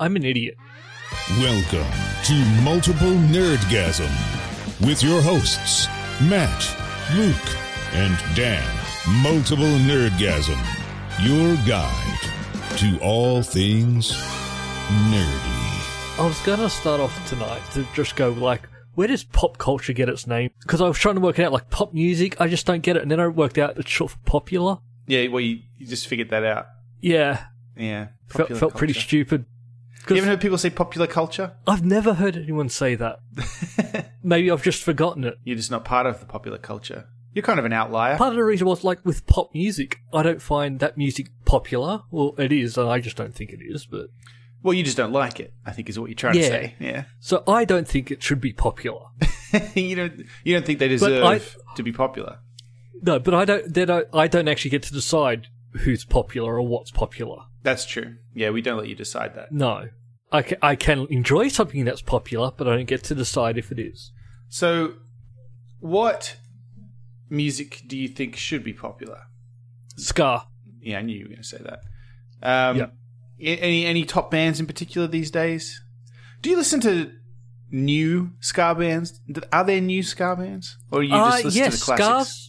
I'm an idiot. Welcome to Multiple Nerdgasm with your hosts, Matt, Luke, and Dan. Multiple Nerdgasm, your guide to all things nerdy. I was going to start off tonight to just go like, where does pop culture get its name? Because I was trying to work it out, like pop music, I just don't get it. And then I worked out it's short for popular. Yeah, well, you, you just figured that out. Yeah, Yeah. felt, Popular felt pretty culture. stupid. You 'Cause haven't heard people say popular culture? I've never heard anyone say that. Maybe I've just forgotten it. You're just not part of the popular culture. You're kind of an outlier. Part of the reason was like with pop music, I don't find that music popular. Well, it is, and I just don't think it is. But well, you just don't like it, I think is what you're trying Yeah. to say. Yeah. so I don't think it should be popular. you don't you don't think they deserve I- to be popular. No, but I don't. Then I, I don't actually get to decide who's popular or what's popular. That's true. Yeah, we don't let you decide that. No, I ca- I can enjoy something that's popular, but I don't get to decide if it is. So what music do you think should be popular? Scar. Yeah, I knew you were going to say that. Um, Yep. a- Any any top bands in particular these days? Do you listen to new ska bands? Th- Are there new ska bands, or you just Uh, listen yes, to the classics? Scar's.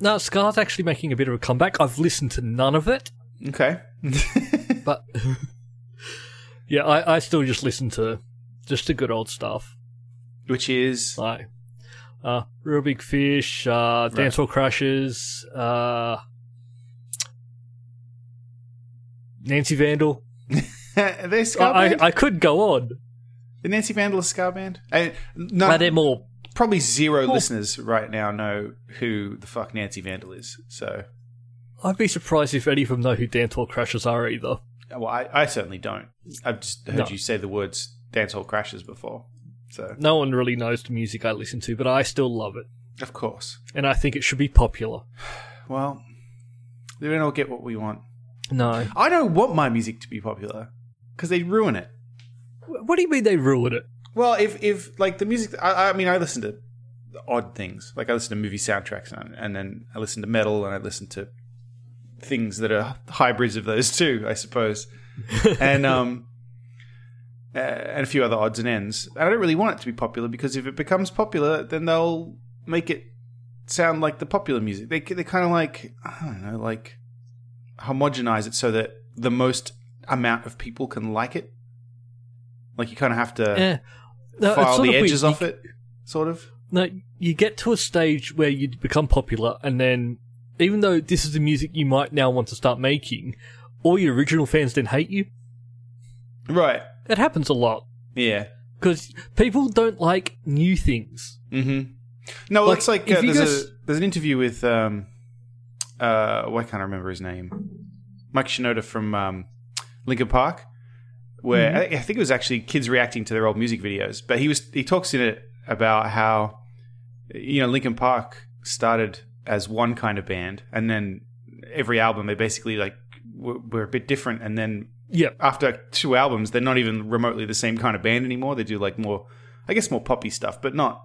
No, Scar's actually making a bit of a comeback. I've listened to none of it, Okay. but yeah, I, I still just listen to just the good old stuff. Which is Like uh, Real Big Fish, uh, Dance Hall Crashes, uh, Nancy Vandal. are they a ska I, band? I could go on. the Nancy Vandal a ska band? I, But not, they're more. probably zero listeners right now know who the fuck Nancy Vandal is. So, I'd be surprised if any of them know who Dantor Crashes are either. well, I, I certainly don't. I've just heard No. you say the words "dancehall crashes" before. So, No one really knows the music I listen to, but I still love it. of course. And I think it should be popular. Well, we don't all get what we want. No. I don't want my music to be popular because they ruin it. What do you mean they ruin it? Well, if if like the music, I, I mean, I listen to odd things. Like I listen to movie soundtracks, and, and then I listen to metal, and I listen to things that are hybrids of those two, I suppose, and um, uh, and a few other odds and ends. And I don't really want it to be popular because if it becomes popular, then they'll make it sound like the popular music. They they kind of like I don't know, like homogenize it so that the most amount of people can like it. Like you kind of have to Eh. No, it's file sort the of edges weird. off it, sort of. You, no, you get to a stage where you become popular, and then even though this is the music you might now want to start making, all your original fans then hate you. Right. It happens a lot Yeah. because people don't like new things. Mm-hmm. No, well, Like, it's like if uh, you there's guys- a there's an interview with um, uh, why can't I remember his name? Mike Shinoda from um, Linkin Park, where Mm-hmm. I, think- I think it was actually kids reacting to their old music videos. But he was he talks in it about how you know Linkin Park started as one kind of band, and then every album they basically like were, were a bit different, and then Yeah, after two albums, they're not even remotely the same kind of band anymore. They do like more, I guess, more poppy stuff, but not.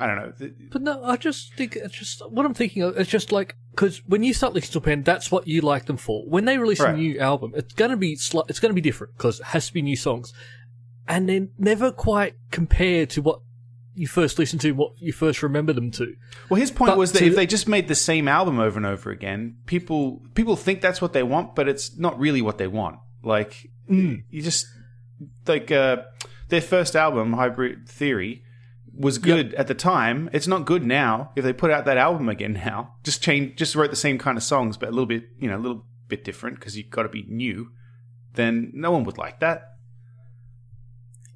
I don't know. Th- But no, I just think it's just what I'm thinking of. It's just like because when you start listening to a band, that's what you like them for. When they release Right. a new album, it's gonna be sli- it's gonna be different because it has to be new songs, and then never quite compare to what you first listened to, what you first remember them to. Well, his point But was that to- if they just made the same album over and over again, people people think that's what they want, but it's not really what they want. Like you just like uh, their first album, Hybrid Theory, was good at the time. It's not good now. If they put out that album again now, just change, just wrote the same kind of songs, but a little bit, you know, a little bit different because you've got to be new. Then no one would like that.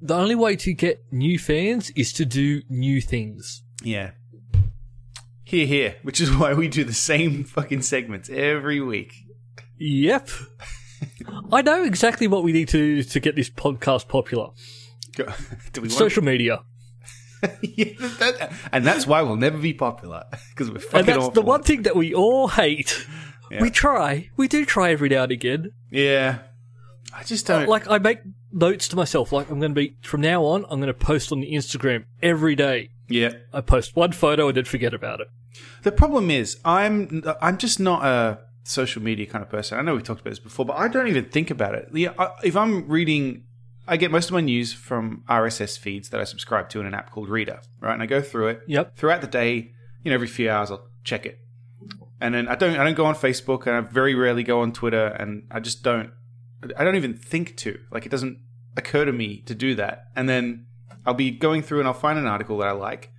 The only way to get new fans is to do new things. Yeah. Here, here, which is why we do the same fucking segments every week. Yep, I know exactly what we need to do to get this podcast popular. Go- Do we want Social media. yeah, that- and that's why we'll never be popular because we're fucking And that's the awful. one thing that we all hate. Yeah. We try. We do try every now and again. Yeah, I just don't. Like I make notes to myself. Like I'm going to be from now on. I'm going to post on the Instagram every day. yeah, I post one photo and then forget about it. the problem is I'm I'm just not a social media kind of person. I know we talked about this before, but I don't even think about it. Yeah, I, if I'm reading I get most of my news from RSS feeds that I subscribe to in an app called Reader, right? And I go through it. Yep. Throughout the day, you know, every few hours I'll check it. And then I don't I don't go on Facebook and I very rarely go on Twitter and I just don't I don't even think to. Like it doesn't occur to me to do that. And then I'll be going through and I'll find an article that I like.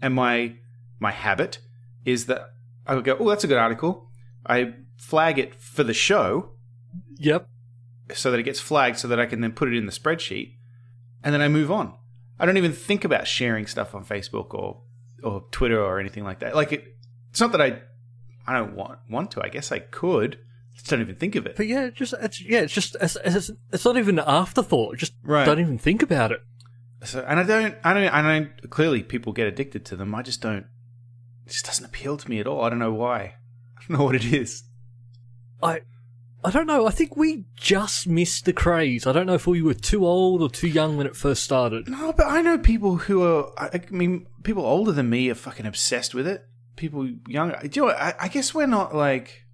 And my my habit is that I would go, "Oh, that's a good article." I flag it for the show Yep. so that it gets flagged so that I can then put it in the spreadsheet and then I move on. I don't even think about sharing stuff on Facebook or or Twitter or anything like that. Like it it's not that I I don't want want to. I guess I could. Just don't even think of it. But yeah, it's just it's yeah, it's just it's, it's, it's not even an afterthought. Just Right. don't even think about it. So and I don't I don't I don't clearly people get addicted to them. I just don't it just doesn't appeal to me at all. I don't know why. I don't know what it is. I I don't know. I think we just missed the craze. I don't know if we were too old or too young when it first started. No, but I know people who are. I I mean, people older than me are fucking obsessed with it. People younger. Do you know, what? I, I guess we're not like.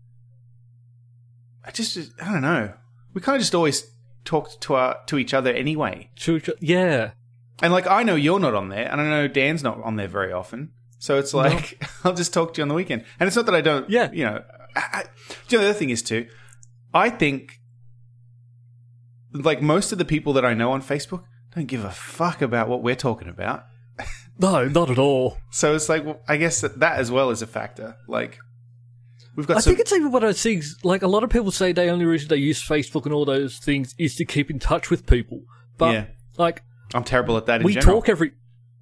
I just. I don't know. We kind of just always talk to our, to each other anyway. Should we ju- Yeah. And like, I know you're not on there, and I know Dan's not on there very often. So it's like I'll just talk to you on the weekend, and it's not that I don't. Yeah. You know. I, I, do you know the other thing is too? I think. Like most of the people that I know on Facebook don't give a fuck about what we're talking about. No, not at all. So it's like, well, I guess that, that as well is a factor. Like, we've got I some. think it's even what I see. is, Like a lot of people say, the only reason they use Facebook and all those things is to keep in touch with people. But Yeah. like I'm terrible at that. In we general. talk every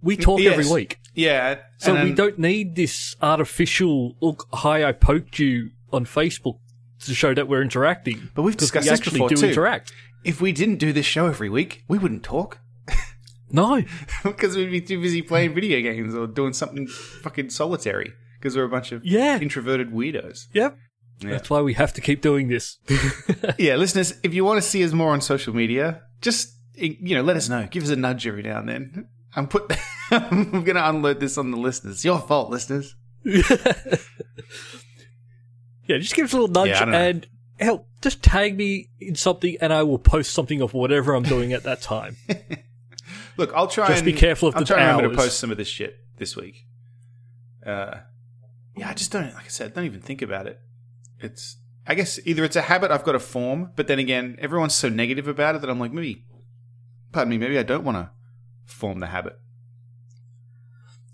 we talk Yes. every week, Yeah. so and we then- don't need this artificial look. Hi, I poked you on Facebook to show that we're interacting. But we've 'Cause discussed we this actually before do too. interact. If we didn't do this show every week, we wouldn't talk No, because we'd be too busy playing video games or doing something fucking solitary because we're a bunch of Yeah. introverted weirdos. yep. That's why we have to keep doing this. yeah, listeners, if you want to see us more on social media, just you know, let us know. Give us a nudge every now and then. I'm put. I'm going to unload this on the listeners. It's your fault, listeners. Yeah, just give us a little nudge Yeah, I don't know. and help. Just tag me in something, and I will post something of whatever I'm doing at that time. Look, I'll try. Just and, be careful of I'll the try and remember to hours. post some of this shit this week. Uh, yeah, I just don't. Like I said, don't even think about it. It's. I guess either it's a habit I've got to form, but then again, everyone's so negative about it that I'm like, maybe. Pardon me. Maybe I don't want to form the habit.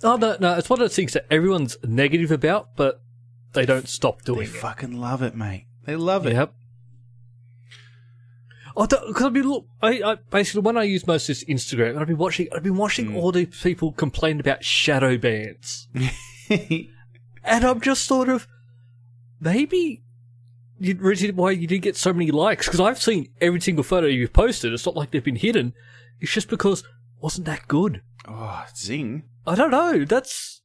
Oh no, no, it's one of those things that everyone's negative about, but they don't stop They doing it. fucking love it, mate. They love it. Yep. Oh, because I mean, look, I, I basically when I use most is Instagram, and I've been watching, I've been watching Mm. all these people complain about shadow bands, and I'm just sort of maybe you reason why you didn't get so many likes because I've seen every single photo you've posted. It's not like they've been hidden. It's just because it wasn't that good. oh, zing. I don't know. That's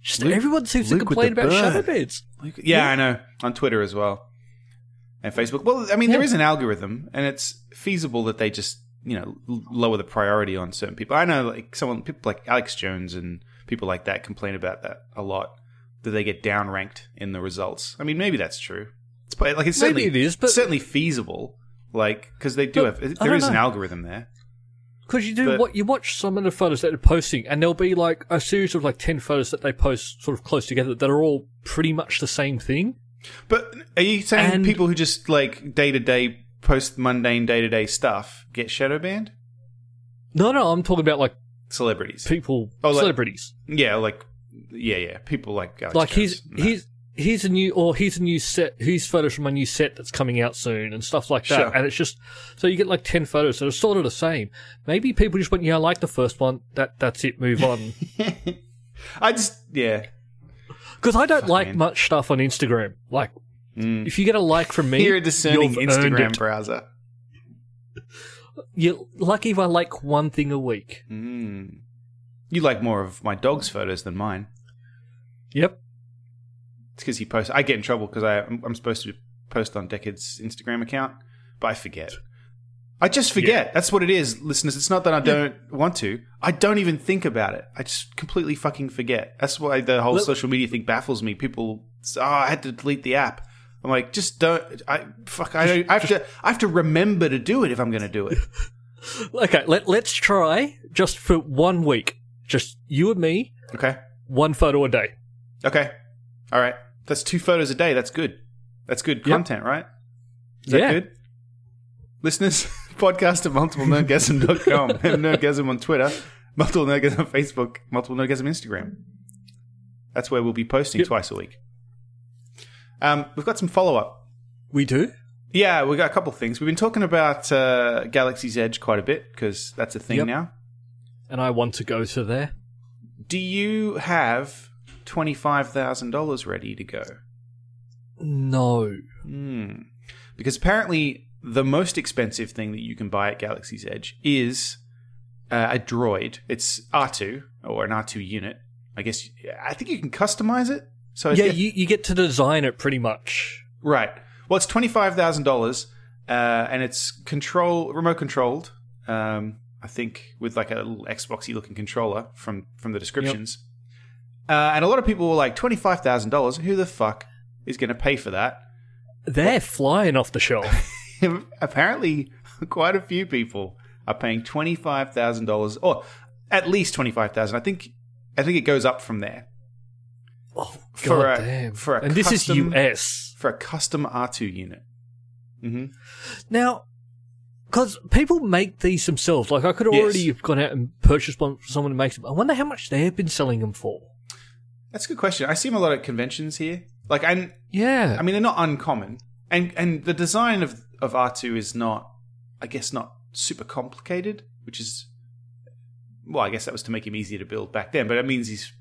just Luke- everyone seems to Luke with complain the about shadow bird. bands. Yeah, I know. On Twitter as well. And Facebook. Well, I mean, there Yeah. is an algorithm, and it's feasible that they just, you know, l- lower the priority on certain people. I know, like, someone, people like Alex Jones and people like that complain about that a lot, that they get downranked in the results. I mean, maybe that's true. It's, but, like, it's Maybe certainly, it is, but- certainly feasible, like, because they do But have, I there don't is an know. algorithm there. Because you do But- what you watch some of the photos that they're posting, and there'll be like a series of like ten photos that they post sort of close together that are all pretty much the same thing. But are you saying And- people who just, like, day to day, post mundane day to day stuff get shadow banned? No, no, I'm talking about like Celebrities. people, Oh, like- celebrities. Yeah, like yeah, yeah. People like Alex Like Jones. here's No. here's here's a new or here's a new set. Here's photos from my new set that's coming out soon and stuff like that. Sure. And it's just so you get like ten photos that are sort of the same. Maybe people just went, yeah, I like the first one. That that's it. Move on. I just yeah. Because I don't like man. much stuff on Instagram. Like if you get a like from me, You're a Mm. discerning you've earned Instagram it. browser. You're lucky if I like one thing a week. Mm. You like more of my dog's photos than mine. Yep. It's because he posts. I get in trouble because I I'm, I'm supposed to post on Deckard's Instagram account, but I forget. I just forget. That's what it is, listeners. It's not that I don't want to. I don't even think about it. I just completely fucking forget. That's why the whole Well- social media thing baffles me. People, say, oh, I had to delete the app. I'm like, just don't. I fuck. I, don't, I have to. I have to remember to do it if I'm going to do it. Okay, let, let's try just for one week, just you and me, Okay. one photo a day. Okay. All right. That's two photos a day. That's good. That's good content, right? Is that Yeah. good? Listeners, podcast at multiplenerdgasm.com and nerdgasm on Twitter, multiple nerdgasm on Facebook, multiple nerdgasm Instagram. That's where we'll be posting Yep. twice a week. Um, we've got some follow up. We do? Yeah, we got a couple of things. We've been talking about uh, Galaxy's Edge quite a bit because that's a thing Yep. now. And I want to go to there. Do you have $25,000 ready to go? No. Hmm. Because apparently, the most expensive thing that you can buy at Galaxy's Edge is uh, a droid. It's R2 or an R2 unit. I guess I think you can customize it. So it's Yeah, you, you get to design it pretty much. right. Well, it's twenty five thousand uh, dollars, uh, and it's control remote controlled. Um, I think with like a little Xboxy looking controller from from the descriptions. Uh, and a lot of people were like twenty five thousand dollars. Who the fuck is going to pay for that? They're flying off the shelf. apparently quite a few people are paying twenty five thousand dollars or at least twenty five thousand. I think I think it goes up from there Oh, For God a- damn. for a and this is custom- US. for a custom R two unit. hmm Now, because people make these themselves. Like, I could Yes. already have gone out and purchased one for someone to make them. I wonder how much they have been selling them for. That's a good question. I see them a lot at conventions here. Like I, Yeah. I mean, they're not uncommon, and and the design of of R two is not, I guess, not super complicated, which is, well, I guess that was to make him easier to build back then. But it means he's.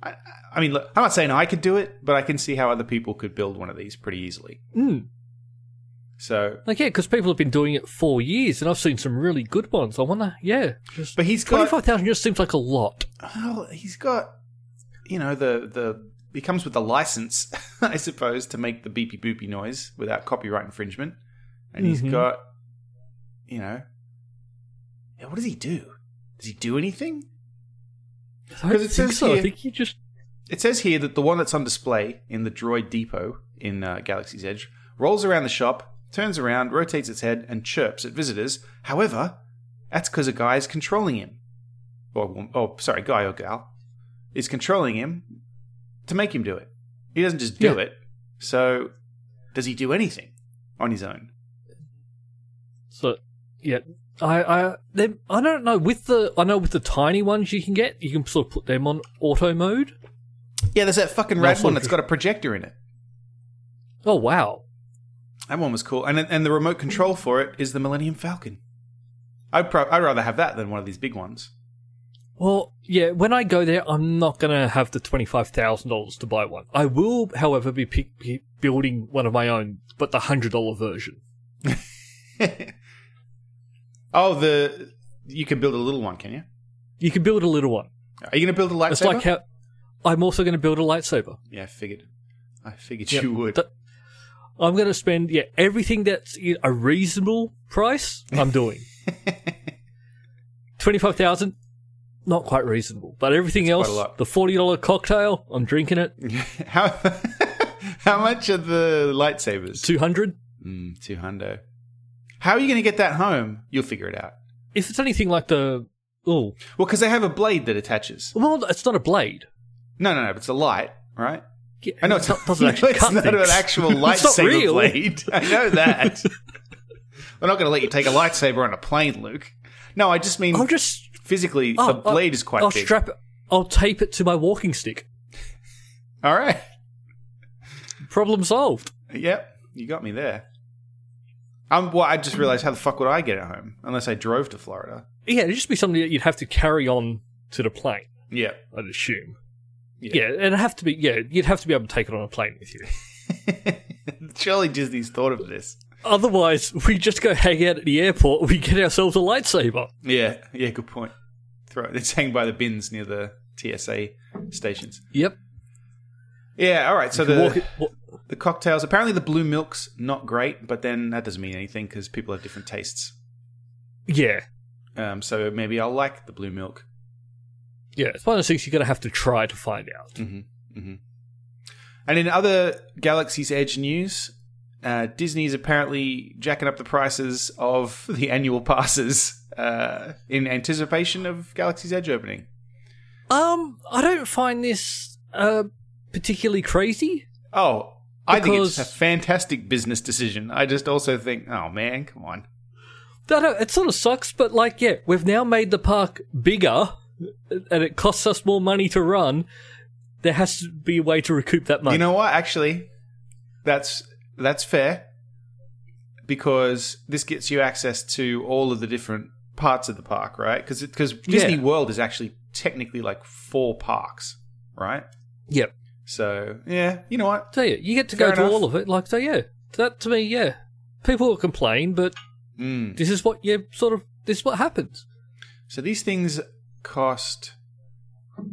I, I mean, look, I'm not saying I could do it, but I can see how other people could build one of these pretty easily. Mm. So, Like, yeah, because people have been doing it for years, and I've seen some really good ones. I wonder, yeah. Just but he's got 25,000 just seems like a lot. well, he's got you know the the he comes with the license, I suppose, to make the beepy boopy noise without copyright infringement, and Mhm. he's got you know yeah, what does he do? Does he do anything? I don't it think says so. I here- think you just. It says here that the one that's on display in the Droid Depot in uh, Galaxy's Edge rolls around the shop, turns around, rotates its head, and chirps at visitors. However, that's because a guy is controlling him. Or, oh, sorry, guy or gal is controlling him to make him do it. He doesn't just do Yeah. it. So, does he do anything on his own? So, yeah. I, I, them- I don't know. With the, I know with the tiny ones you can get, you can sort of put them on auto mode. Yeah, there's that fucking No, rad it's one not that's just- got a projector in it. Oh, wow. That one was cool, and and the remote control for it is the Millennium Falcon. I'd pro- I'd rather have that than one of these big ones. Well, yeah, when I go there, I'm not going to have the $25,000 to buy one. I will, however, be, pe- be building one of my own, but the $100 version. oh, the you can build a little one, can you? You can build a little one. Are you going to build a lightsaber? It's like how I'm also going to build a lightsaber. yeah, I figured. I figured Yep. you would. Th- I'm going to spend yeah everything that's i- a reasonable price. I'm doing twenty five thousand, not quite reasonable, but everything That's quite a else, lot. the forty dollar cocktail, I'm drinking it how how much are the lightsabers? two hundred. Mm, two hundo. How are you going to get that home? You'll figure it out. If it's anything like the oh Well, because they have a blade that attaches. well, it's not a blade. No, no, no. But it's a light, right? Yeah, I know it's it's not, doesn't no, actually it's cut not things. an actual It's not lightsaber real. blade. I know that. We're not going to let you take a lightsaber on a plane, Luke. No, I just mean I'll just physically oh, the I'll- blade is quite I'll big. strap it. I'll tape it to my walking stick. All right. Problem solved. Yep, you got me there. Um, well, I just realized how the fuck would I get it home unless I drove to Florida? Yeah, it'd just be something that you'd have to carry on to the plane. Yeah. I'd assume. Yeah. Yeah, and it'd have to be. Yeah, you'd have to be able to take it on a plane with you. Surely Disney's thought of this. Otherwise, we just go hang out at the airport. We get ourselves a lightsaber. Yeah. Yeah. Good point. Throw it. It's hanging by the bins near the TSA stations. Yep. Yeah. All right. So the Walk it, wa- the cocktails. Apparently, the blue milk's not great, but then that doesn't mean anything because people have different tastes. yeah, Um, so maybe I'll like the blue milk. yeah. It's one of those things you're gonna have to try to Mm. find out. Mm-hmm. Mm-hmm. And in other Galaxy's Edge news, uh, Disney's apparently jacking up the prices of the annual passes uh, in anticipation of Galaxy's Edge opening. Um, I don't find this uh, particularly crazy. Oh, I think it's a Because- fantastic business decision. I just also think, oh man, come on. No, no, it sort of sucks, but like, yeah, we've now made the park bigger, and it costs us more money to run. There has to be a way to recoup that money. You know what? Actually, that's that's fair because this gets you access to all of the different parts of the park, right? Because because Disney Yeah. World is actually technically like four parks, right? yep. So yeah, you know what? So yeah, you get to Fair go to enough. all of it. Like, so yeah, that to me, yeah, people will complain, but Mm. this is what you sort of this is what happens. So these things cost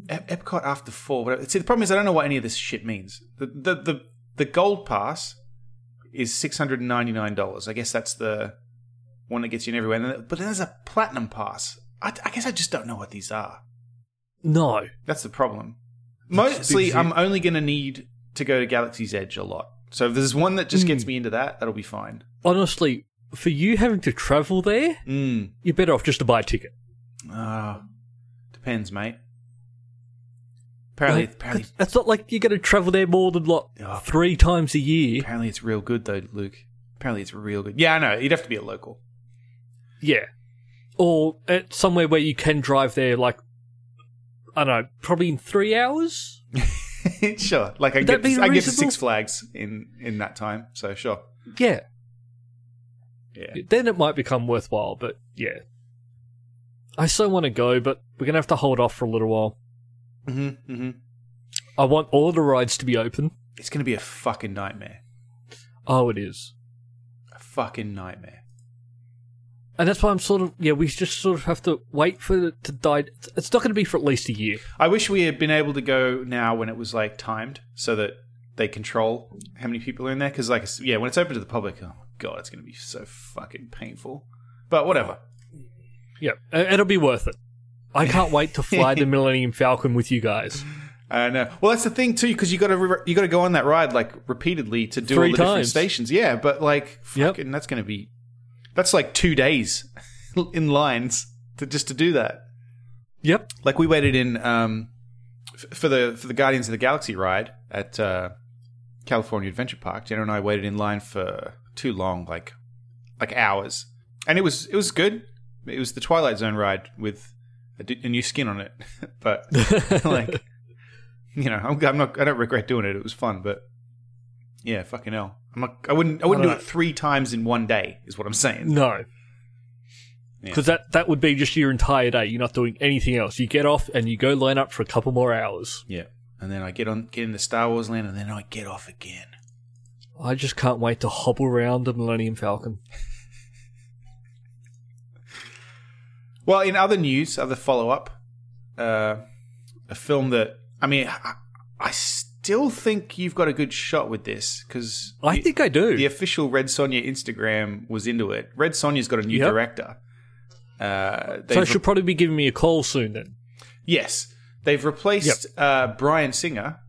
Ep- Epcot after four. Whatever. See, the problem is I don't know what any of this shit means. The the the, the gold pass is six hundred and ninety nine dollars. I guess that's the one that gets you in everywhere. And then- But then there's a platinum pass. I, I guess I just don't know what these are. No, That's the problem. That's Mostly, big I'm only going to need to go to Galaxy's Edge a lot. So if there's one that just gets me into that, that'll be fine. honestly, for you having to travel there, Mm. you're better off just to buy a ticket. Ah, depends, mate. Apparently, Like, apparently, that's- that's not like you're going to travel there more than like Oh. three times a year. Apparently, it's real good though, Luke. Apparently, it's real good. Yeah, I know. You'd have to be a local. Yeah. Or at somewhere where you can drive there, like, I don't know, probably in three hours? sure. Like I Would get, that to, be I get to reasonable? Six Flags in in that time. So sure. Yeah. Yeah. Then it might become worthwhile, but yeah. I so want to go, but we're going to have to hold off for a little while. hmm hmm I want all the rides to be open. It's gonna be a fucking nightmare. Oh, it is. A fucking nightmare. And that's why I'm sort of, yeah, we just sort of have to wait for it to die. It's not going to be for at least a year. I wish we had been able to go now when it was like timed, so that they control how many people are in there. Because like, it's- yeah, when it's open to the public, oh my god, it's gonna be so fucking painful. But whatever. Yeah, i- it'll be worth it. I can't wait to fly the Millennium Falcon with you guys. I know. Well, that's the thing too, because you got to re- you got to go on that ride like repeatedly to Three do all the different times. stations. Yeah, but like, Yep. fucking, that's going to be that's like two days in lines to just to do that. Yep. Like we waited in um, f- for the for the Guardians of the Galaxy ride at uh, California Adventure Park. Jenna and I waited in line for too long, like like hours, and it was it was good. It was the Twilight Zone ride with a, d- a new skin on it, but like you know, I'm, I'm not I don't regret doing it. It was fun, but yeah, fucking hell, I'm not, I wouldn't I wouldn't I do don't it three times in one day. Is what I'm saying. No. Yeah. Because that, that would be just your entire day. You're not doing anything else. You get off and you go line up for a couple more hours. Yeah, and then I get on get into Star Wars Land, and then I get off again. I just can't wait to hobble around the Millennium Falcon. Well, in other news, other follow up, uh, a film that I mean, I, I still think you've got a good shot with this because I think I do. the official Red Sonja Instagram was into it. Red Sonja's got a new Yep. director. Uh, so they've she'll probably be giving me a call soon then. Yes, they've replaced uh, Brian Singer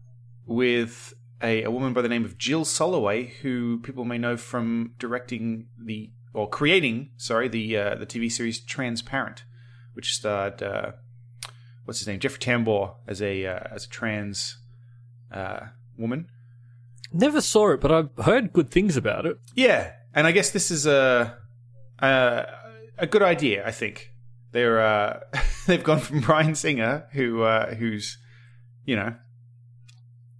with a, a woman by the name of Jill Soloway, who people may know from directing the or creating, sorry, the uh, the TV series Transparent, which starred uh, what's his name Jeffrey Tambor as a uh, as a trans uh, woman. Never saw it, but I've heard good things about it. Yeah, and I guess this is a a, a good idea. I think they're uh, they've gone from Brian Singer, who uh, who's you know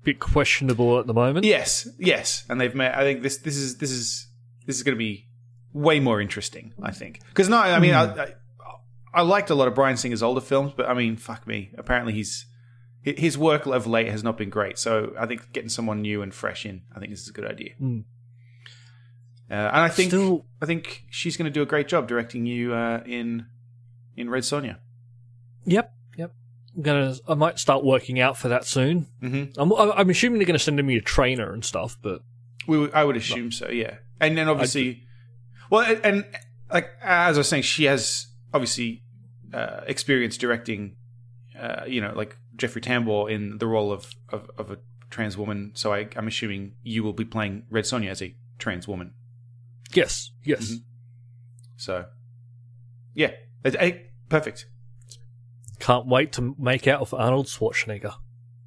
Bit questionable at the moment. Yes, yes, and they've met. I think this this is this is this is going to be way more interesting. I think because no, I mean I, I I liked a lot of Brian Singer's older films, but I mean fuck me, apparently he's hi- his work of late has not been great. So I think getting someone new and fresh in, I think this is a good idea. Mm. Uh, and I think Still- I think she's going to do a great job directing you uh, in in Red Sonja. Yep. Yep. I'm gonna. I might start working out for that soon. Mm-hmm. I'm, I'm assuming they're gonna send me a trainer and stuff, but We, would- I would assume so, yeah. And then obviously, well, and, and like as I was saying, she has obviously uh, experience directing, uh, you know, like Jeffrey Tambor in the role of of, of a trans woman. So I, I'm assuming you will be playing Red Sonja as a trans woman. Yes, yes. Mm-hmm. So, yeah, it, it- perfect. Can't wait to make out with Arnold Schwarzenegger.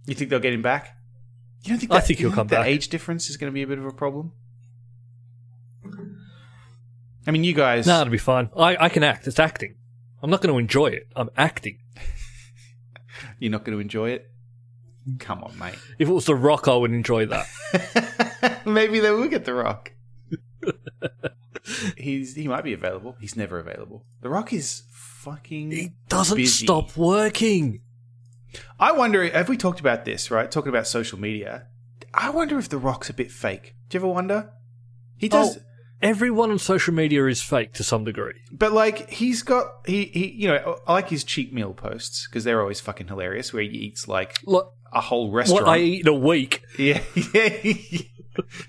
You think they'll get him back? You don't think I that, think you he'll don't come the back. age difference is going to be a bit of a problem. I mean, you guys. No, it'll be fine. I, I can act. It's acting. I'm not going to enjoy it. I'm acting. You're not going to enjoy it? Come on, mate. If it was The Rock, I would enjoy that. Maybe they will get The Rock. He's he might be available. He's never available. The Rock is fucking. He doesn't busy. stop working. I wonder. Have we talked about this? Right, talking about social media. I wonder if The Rock's a bit fake. Do you ever wonder? He does. Oh, everyone on social media is fake to some degree. But like he's got he he you know I like his cheat meal posts because they're always fucking hilarious where he eats like Look, a whole restaurant. what I eat in a week. Yeah, yeah. he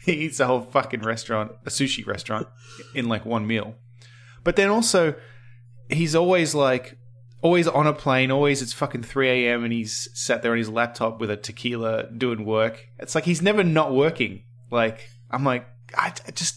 eats a whole fucking restaurant, a sushi restaurant, in like one meal. But then also, he's always like, always on a plane. Always it's fucking three a.m. and he's sat there on his laptop with a tequila doing work. It's like he's never not working. Like I'm like, I, I just,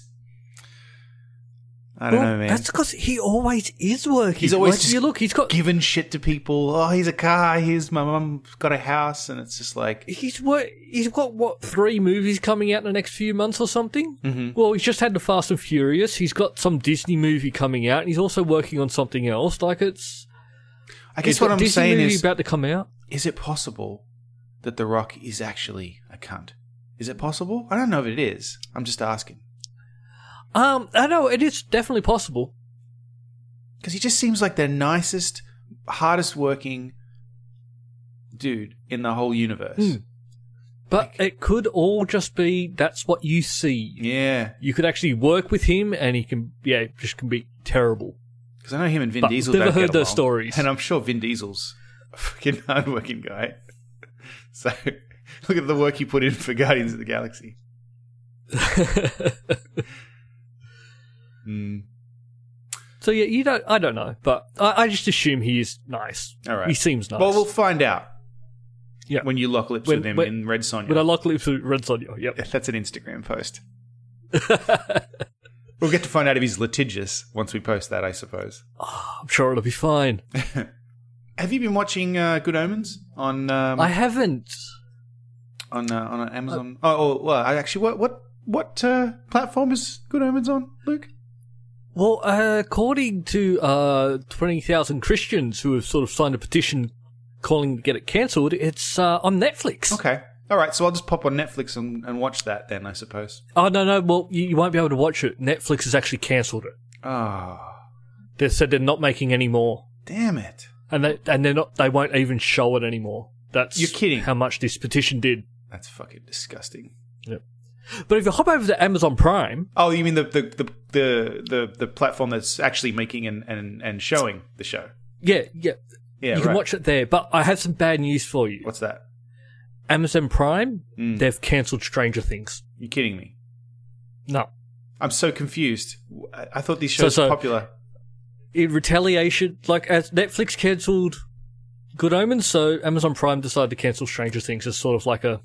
I don't Well, know, man. That's because he always is working. He's always Like, just you look. He's got. giving shit to people. Oh, he's a car. Here's my mum got a house, and it's just like He's what? He's got what? Three movies coming out in the next few months or something. Mm-hmm. Well, he's just had the Fast and Furious. He's got some Disney movie coming out, and he's also working on something else. Like it's. I he's guess what got I'm Disney saying movie is about to come out. is it possible that The Rock is actually a cunt? Is it possible? I don't know if it is. I'm just asking. Um, I know it is definitely possible. Because he just seems like the nicest, hardest working dude in the whole universe. Mm. But it could all just be that's what you see. Yeah. You could actually work with him, and he can, yeah, just can be terrible. Because I know him and Vin But Diesel never don't heard get their along. stories. And I'm sure Vin Diesel's a fucking hardworking guy. So look at the work he put in for Guardians of the Galaxy. Mm. So yeah, you don't. I don't know, but I, I just assume he is nice. All right. he seems nice. Well, we'll find out yeah, when you lock lips When- with him when- in Red Sonja. when I lock lips with Red Sonja. Yeah, Yep. That's an Instagram post. we'll get to find out if he's litigious once we post that, I suppose. I'm sure it'll be fine. Have you been watching uh, Good Omens on um, I haven't. on uh, on Amazon? oh, oh, well, I actually, what what what uh, platform is Good Omens on, Luke? Well, uh, according to uh, twenty thousand Christians who have sort of signed a petition calling to get it cancelled, it's uh, on Netflix. Okay, all right. So I'll just pop on Netflix and, and watch that then, I suppose. Oh no, no. Well, you, you won't be able to watch it. Netflix has actually cancelled it. Oh, They said they're not making any more, damn it! and they and they're not. They won't even show it anymore. That's You're kidding. How much this petition did. That's fucking disgusting. But if you hop over to Amazon Prime, Oh, you mean the the the the, the, the platform that's actually making and, and and showing the show? yeah, yeah, Yeah, you can right. watch it there. But I have some bad news for you. What's that? Amazon Prime, Hmm. they've cancelled Stranger Things. You kidding me? No. I'm so confused. I- I thought these shows So- were so- popular. In retaliation, like as Netflix cancelled Good Omens, so Amazon Prime decided to cancel Stranger Things as sort of like a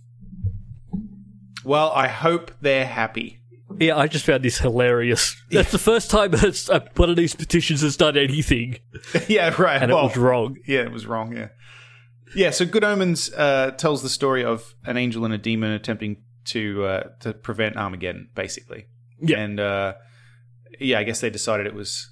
Well, I hope they're happy. yeah. I just found this hilarious. That's the first time it's, uh, one of these petitions has done anything, yeah, right. and well, it was wrong. yeah, it was wrong. Yeah, yeah. So, Good Omens uh, tells the story of an angel and a demon attempting to uh, to prevent Armageddon, basically. Yeah. and uh, yeah, I guess they decided it was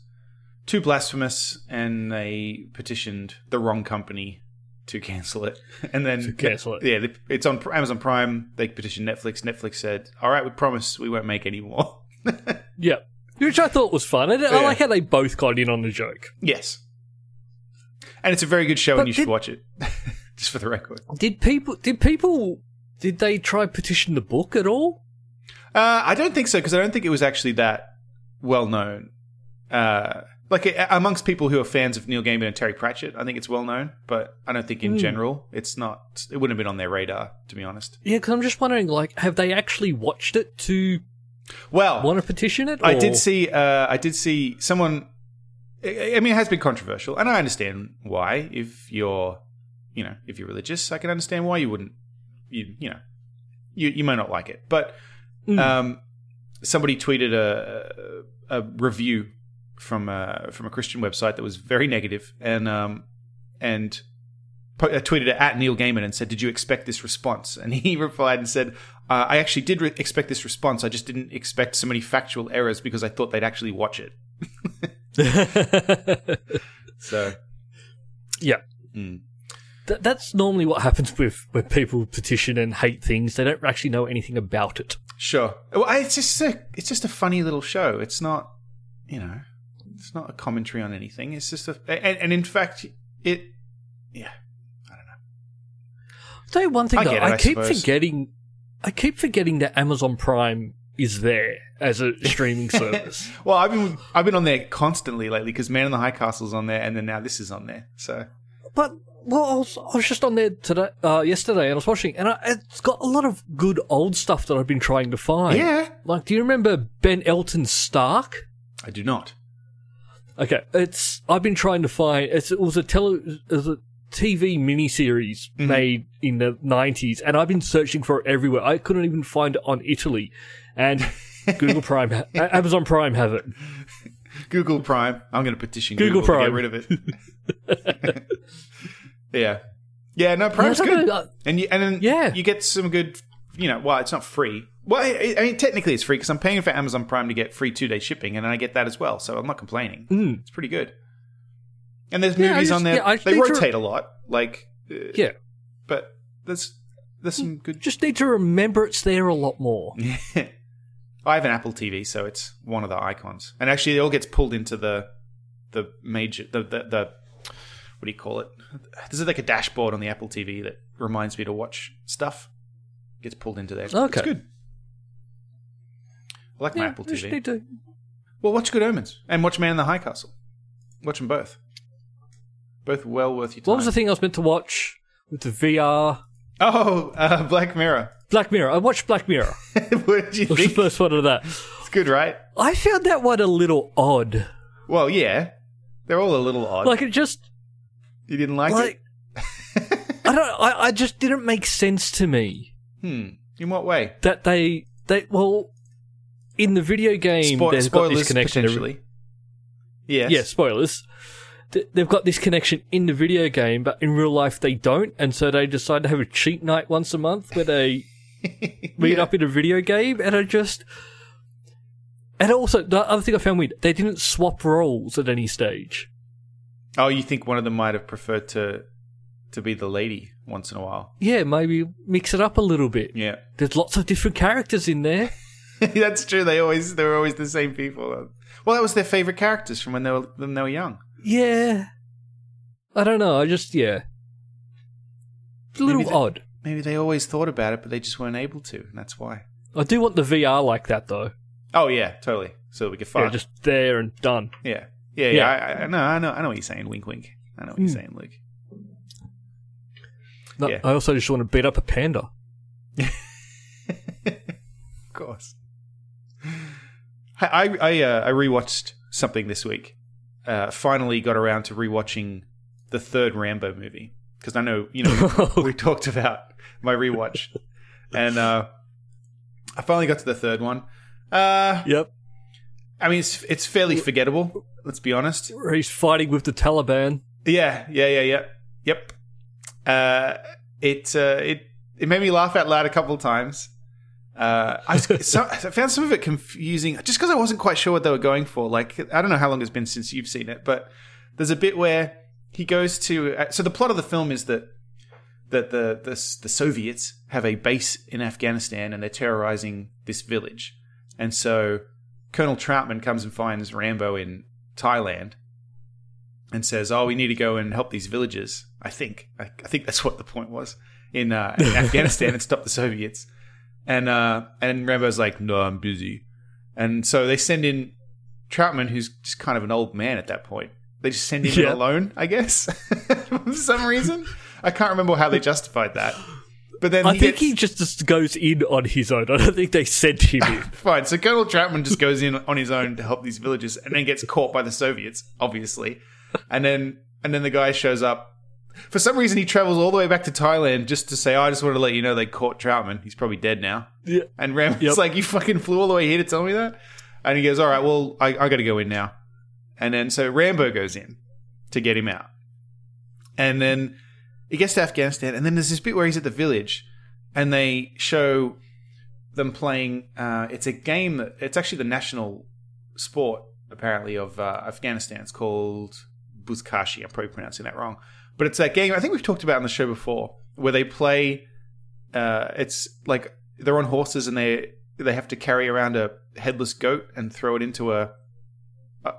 too blasphemous, and they petitioned the wrong company to cancel it. And then cancel it. Yeah, they- it's on Amazon Prime. They petitioned Netflix. Netflix said, "All right, we promise we won't make any more." Yeah, which I thought was fun. I, Yeah. I like how they both got in on the joke. Yes. And it's a very good show, But and you should did- watch it. Just for the record, Did people? Did people? Did they try petition the book at all? uh, I don't think so because I don't think it was actually that well known. Uh, like a- amongst people who are fans of Neil Gaiman and Terry Pratchett, I think it's well known, but I don't think Hmm. in general it's not. It wouldn't have been on their radar, to be honest. Yeah, because I'm just wondering, like, have they actually watched it to Well, want to petition it? I or- did see. Uh, I did see someone. I I mean, it has been controversial, and I understand why. If you're, you know, if you're religious, I can understand Hmm. why you wouldn't. You you know, you you may not like it, but um, somebody tweeted a a review from a from a Christian website that was very negative, and um, and po- uh, tweeted it at Neil Gaiman and said, "Did you expect this response?" And he replied and said, uh, "I actually did re- expect this response. I just didn't expect so many factual errors because I thought they'd actually watch it." So yeah. Mm. Th- that's normally what happens with when people petition and hate things. They don't actually know anything about it. sure, well, I- it's just a it's just a funny little show. It's not, you know, it's not a commentary on anything. It's just a and, and in fact it, yeah. Tell you one thing I though, get it, I, I keep suppose. forgetting. I keep forgetting that Amazon Prime is there as a streaming service. Well, I've been I've been on there constantly lately because Man in the High Castle's on there, and then now this is on there. So But well, I was, I was just on there today, uh, yesterday, and I was watching, and I, it's got a lot of good old stuff that I've been trying to find. yeah, Like, do you remember Ben Elton Stark? I do not. Okay, it's I've been trying to find. It's, it was a tele, it was a TV miniseries Mm-hmm. made in the nineties, and I've been searching for it everywhere. I couldn't even find it on Italy, and Google Prime, ha- Amazon Prime have it. Google Prime. I'm going to petition Google Google, Prime. to get rid of it. yeah, yeah. No, Prime's Yeah, I don't good, know, uh, and you and then Yeah. you get some good. You know, well, it's not free. Well, I, I mean, technically it's free because I'm paying for Amazon Prime to get free two day shipping, and I get that as well. So I'm not complaining. Mm. It's pretty good. And there's Yeah, I movies just- on there. yeah, I they need to- rotate a lot, like, uh, Yeah, but there's there's some good just need to remember it's there a lot more. I have an Apple TV, so it's one of the icons, and actually, it all gets pulled into the the major the the, the what do you call it? This is like a dashboard on the Apple TV that reminds me to watch stuff. Gets pulled into there. Okay. it's good. I like my Apple just TV. need to- Well, watch Good Omens and watch Man in the High Castle. Watch them both. Both well worth your time. What was the thing I was meant to watch with the VR? Oh, uh, Black Mirror. Black Mirror. I watched Black Mirror. what did you It was the think? first one of that. It's good, right? I found that one a little odd. Well, yeah. They're all a little odd. Like it just you didn't like, it? like I don't. I, I just didn't make sense to me Hmm. In what way? that they they well in the video game Spo- they've got this spoilers connection. potentially. Yes. Yeah, spoilers. Th- They've got this connection in the video game, but in real life they don't, and so they decide to have a cheat night once a month where they meet Yeah. up in a video game, and I just. And also, the other thing I found weird, they didn't swap roles at any stage. Oh, you think one of them might have preferred to to be the lady once in a while? Yeah, maybe mix it up a little bit. Yeah. There's lots of different characters in there. That's true. They always they're always the same people. Well, that was their favorite characters from when they were when they were young. Yeah. I don't know. I just, yeah. It's a little Maybe the- odd. Maybe they always thought about it, but they just weren't able to, and that's why. I do want the VR like that, though. Oh yeah, totally. So we could Yeah, fight. just there and done. yeah. Yeah, yeah. Yeah. Hmm. I, I know. I know. I know what you're saying. Wink, wink. I know what you're saying, Luke. No, Yeah. I also just want to beat up a panda. Of course. I I I, uh, I rewatched something this week. Uh, finally, got around to rewatching the third Rambo movie because I know you know we talked about my rewatch, and uh, I finally got to the third one. Uh, Yep. I mean, it's it's fairly forgettable. Let's be honest. Where he's fighting with the Taliban. Yeah, yeah, yeah, yeah. Yep. Uh, it uh, it it made me laugh out loud a couple of times. Uh, I, was, so, I found some of it confusing just because I wasn't quite sure what they were going for. Like, I don't know how long it's been since you've seen it, but there's a bit where he goes to. Uh, so the plot of the film is that that the, the the Soviets have a base in Afghanistan and they're terrorizing this village, and so Colonel Troutman comes and finds Rambo in Thailand, and says, "Oh, we need to go and help these villages." I think I, I think that's what the point was in, uh, in Afghanistan and stop the Soviets. And uh, and Rambo's like, "No, I'm busy," and so they send in Troutman, who's just kind of an old man at that point. They just send him Yeah. in alone, I guess, for some reason. I can't remember how they justified that. But then I he think gets- he just, just goes in on his own. I don't think they sent him in. Fine. So Colonel Troutman just goes in on his own to help these villagers, and then gets caught by the Soviets, obviously. And then and then the guy shows up. For some reason, he travels all the way back to Thailand just to say, oh, "I just want to let you know they caught Troutman. He's probably dead now." Yeah. And Ram Yep. is like, "You fucking flew all the way here to tell me that?" And he goes, "All right, well, I, I got to go in now." And then so Rambo goes in to get him out, and then he gets to Afghanistan, and then there's this bit where he's at the village, and they show them playing. Uh, it's a game that it's actually the national sport apparently of uh, Afghanistan. It's called Buzkashi. I'm probably pronouncing that wrong, but it's that game. I think we've talked about on the show before where they play. Uh, it's like they're on horses and they they have to carry around a headless goat and throw it into a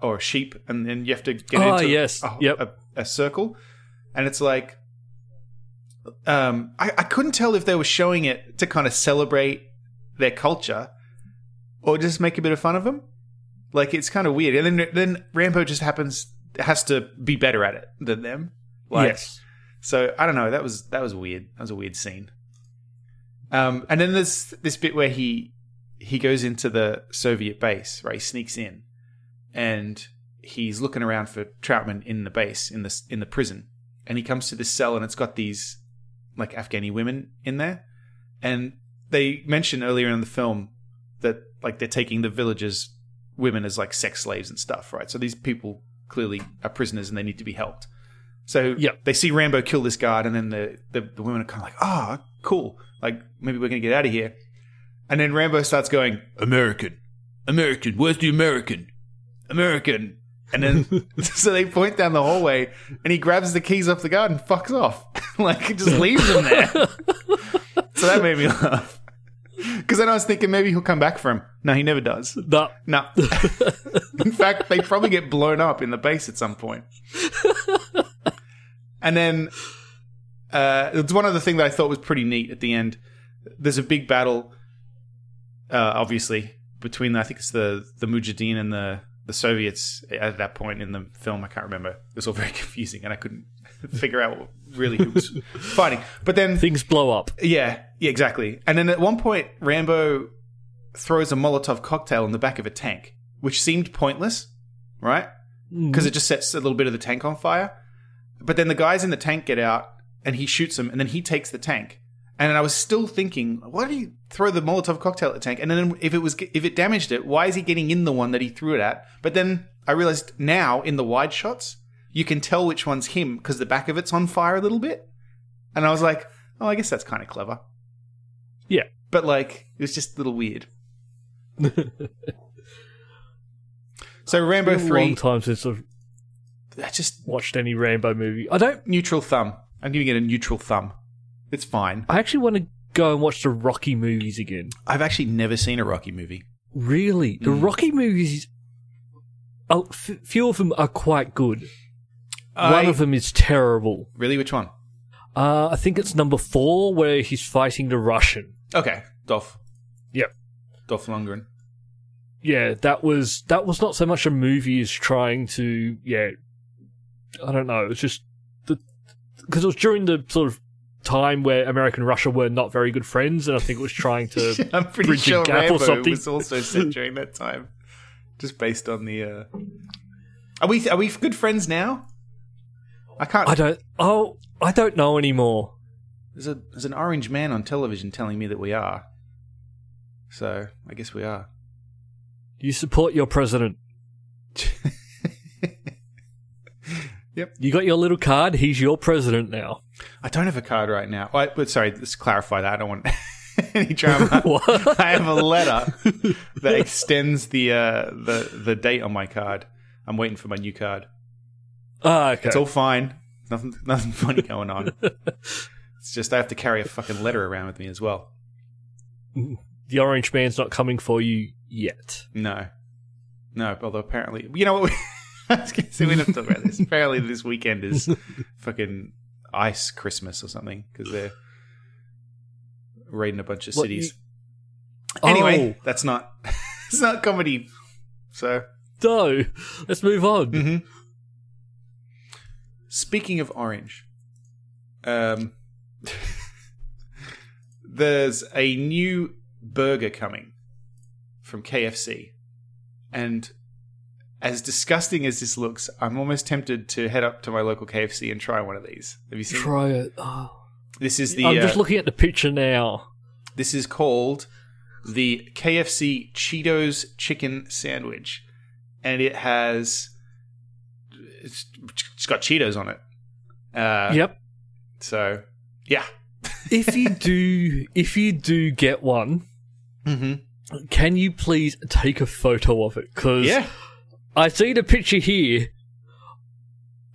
or a sheep, and then you have to get Ah, into yes. a, Yep. a, a circle, and it's like um, I, I couldn't tell if they were showing it to kind of celebrate their culture or just make a bit of fun of them. Like it's kind of weird. And then then Rambo just happens has to be better at it than them. Like, yes. So I don't know. That was that was weird. That was a weird scene. Um, and then there's this bit where he he goes into the Soviet base, right? He sneaks in, and he's looking around for Troutman in the base in this in the prison, and he comes to this cell, and it's got these like Afghani women in there, and they mention earlier in the film that like they're taking the villagers women as like sex slaves and stuff right so these people clearly are prisoners and they need to be helped so Yeah. they see rambo kill this guard and then the, the, the women are kind of like ah cool like maybe we're gonna get out of here and then rambo starts going american american where's the american american and then so they point down the hallway and he grabs the keys off the guard and fucks off like he just leaves them there so that made me laugh because then i was thinking maybe he'll come back for him no he never does No. no. in fact, they probably get blown up in the base at some point. and then uh, it's one other thing that I thought was pretty neat at the end. There's a big battle, uh, obviously, between I think it's the the Mujahideen and the the Soviets at that point in the film. I can't remember. It was all very confusing, and I couldn't figure out what really who was fighting. But then Things blow up. yeah, yeah, exactly. And then at one point, Rambo throws a Molotov cocktail in the back of a tank, which seemed pointless, right? Because it just sets a little bit of the tank on fire. But then the guys in the tank get out, and he shoots them, and then he takes the tank. And I was still thinking, why do you throw the Molotov cocktail at the tank? And then if it was if it damaged it, why is he getting in the one that he threw it at? But then I realized now in the wide shots, you can tell which one's him because the back of it's on fire a little bit. And I was like, oh, I guess that's kind of clever. Yeah. But like, it was just a little weird. so Rambo Been a long three, time since I've just watched any Rambo movie. I don't. neutral thumb. I'm giving it a neutral thumb. It's fine. I actually want to go and watch the Rocky movies again. I've actually never seen a Rocky movie. Really, the Rocky movies. A f- few of them are quite good. One I- of them is terrible. really, which one? Uh, I think it's number four where he's fighting the Russian. Okay, Dolph, Yep. Dolph Lundgren. yeah, that was that was not so much a movie as trying to yeah, I don't know. It's just the because it was during the sort of time where America and Russia were not very good friends, and I think it was trying to I'm pretty Bridging sure Gap or Rambo something. was also set during that time, just based on the. Uh... Are we are we good friends now? I can't. I don't oh I don't know anymore. There's a there's an orange man on television telling me that we are. So I guess we are. You support your president. Yep. You got your little card. He's your president now. I don't have a card right now. I, but sorry, let's clarify that. I don't want any drama. What? I have a letter that extends the uh, the the date on my card. I'm waiting for my new card. Ah, okay. It's all fine. Nothing nothing funny going on. it's just I have to carry a fucking letter around with me as well. the orange man's not coming for you yet. No. No, although apparently, you know what? We, I was going to say, we don't talk about this. Apparently, this weekend is fucking ice Christmas or something because they're raiding a bunch of What, cities. you- anyway, Oh. that's not it's not comedy. So, So let's move on. Mm. speaking of orange, um, there's a new burger coming from KFC, and As disgusting as this looks, I'm almost tempted to head up to my local KFC and try one of these. Have you seen? Try it. Oh. this is the. I'm just uh, looking at the picture now. This is called the KFC Cheetos Chicken Sandwich, and it has it's, it's got Cheetos on it. Uh, yep. So, yeah. If you do, if you do get one, can you please take a photo of it? Because Yeah. I see the picture here.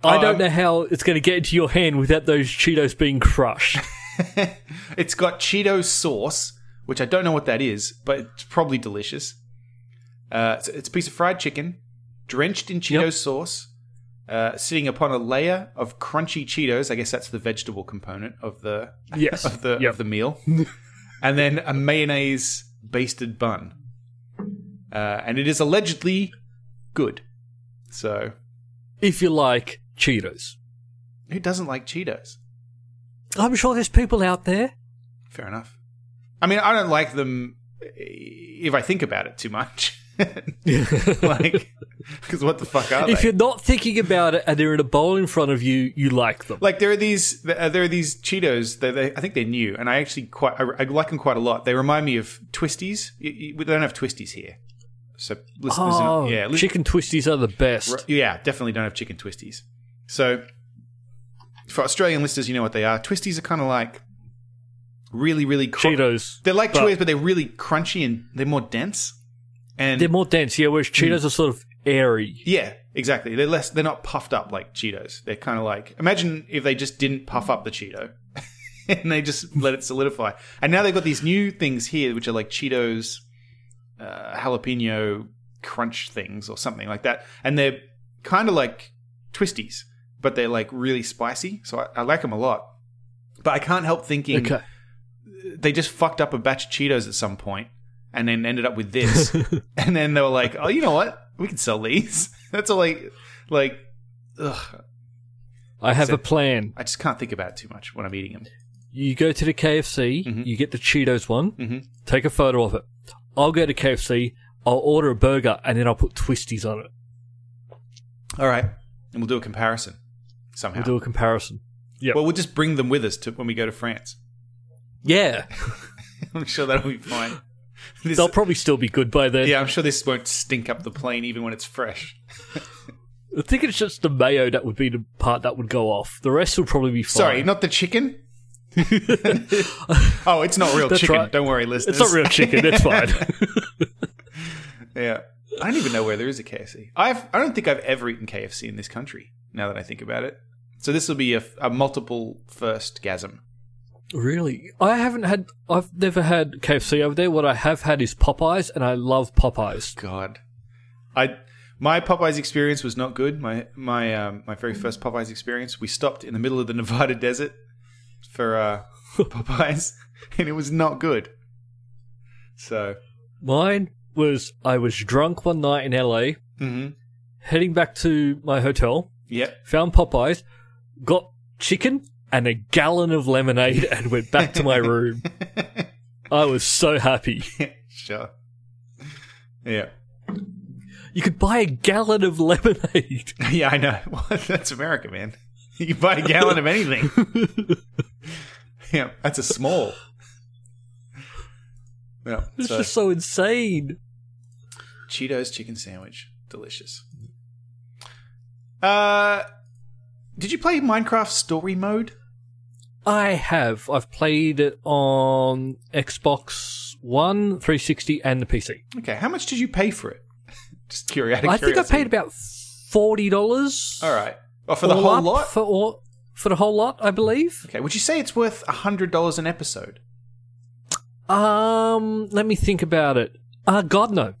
I Oh, don't I'm- know how it's going to get into your hand without those Cheetos being crushed. It's got Cheeto sauce, which I don't know what that is, but it's probably delicious. Uh, it's, it's a piece of fried chicken drenched in Cheeto Yep. sauce, uh, sitting upon a layer of crunchy Cheetos. I guess that's the vegetable component of the Yes. of the Yep. of the meal, and then a mayonnaise basted bun. Uh, and it is allegedly good. So, if you like Cheetos, who doesn't like Cheetos? I'm sure there's people out there. Fair enough. I mean, I don't like them eh, if I think about it too much. like, because what the fuck are if they? you're not thinking about it and they're in a bowl in front of you, you like them. Like there are these uh, there are these Cheetos. They, they, I think they're new, and I actually quite I, I like them quite a lot. They remind me of Twisties. You, you, we don't have Twisties here, so listen, oh, yeah, listen, chicken twisties are the best. Right, Yeah, definitely don't have chicken twisties. So, for Australian listeners, you know what they are. Twisties are kind of like really, really cr- Cheetos. They're like but- Cheetos, but they're really crunchy and they're more dense. And They're more dense, yeah, whereas Mm. Cheetos are sort of airy. yeah, exactly. They're less. They're not puffed up like Cheetos. They're kind of like imagine if they just didn't puff up the Cheeto, and they just let it solidify. And now they've got these new things here, which are like Cheetos, uh, jalapeno crunch things or something like that. And they're kind of like twisties, but they're like really spicy. So I, I like them a lot. But I can't help thinking Okay. they just fucked up a batch of Cheetos at some point and then ended up with this. and then they were like, oh, you know what? We can sell these. That's all I like. Ugh, I have a plan. I just can't think about it too much when I'm eating them. You go to the KFC, Mm-hmm. you get the Cheetos one, Mhm. take a photo of it. I'll go to KFC, I'll order a burger, and then I'll put twisties on it. All right. And we'll do a comparison somehow. We'll do a comparison. Yeah. well, we'll just bring them with us to when we go to France. yeah. I'm sure that'll be fine. This- They'll probably still be good by then. yeah, I'm sure this won't stink up the plane even when it's fresh. I think it's just the mayo that would be the part that would go off. The rest will probably be fine. Sorry, not the chicken. oh, it's not real That's chicken. right. Don't worry, listeners. it's not real chicken. It's fine. Yeah. I don't even know where there is a KFC. I've I don't think I've ever eaten KFC in this country. Now that I think about it, so this will be a, a multiple first gasm. really, I haven't had. I've never had KFC over there. What I have had is Popeyes, and I love Popeyes. God, I my Popeyes experience was not good. My my um, my very first Popeyes experience. We stopped in the middle of the Nevada desert for uh, Popeyes, and it was not good. So Mine was I was drunk one night in LA, hmm heading back to my hotel, yep, found Popeyes, got chicken and a gallon of lemonade, and went back to my room. I was so happy. sure, yeah. You could buy a gallon of lemonade. Yeah, I know. Well, that's America, man. You buy a gallon of anything. yeah, that's a small. Yeah, It's so just so insane. Cheetos chicken sandwich, delicious. Uh, did you play Minecraft Story Mode? I have. I've played it on Xbox One, 360, and the PC. Okay, how much did you pay for it? Just curiosity. I think I paid about forty dollars. All right. Well, for the whole lot. for all, for the whole lot, I believe. okay. Would you say it's worth hundred dollars an episode? Um, let me think about it. Uh, God no.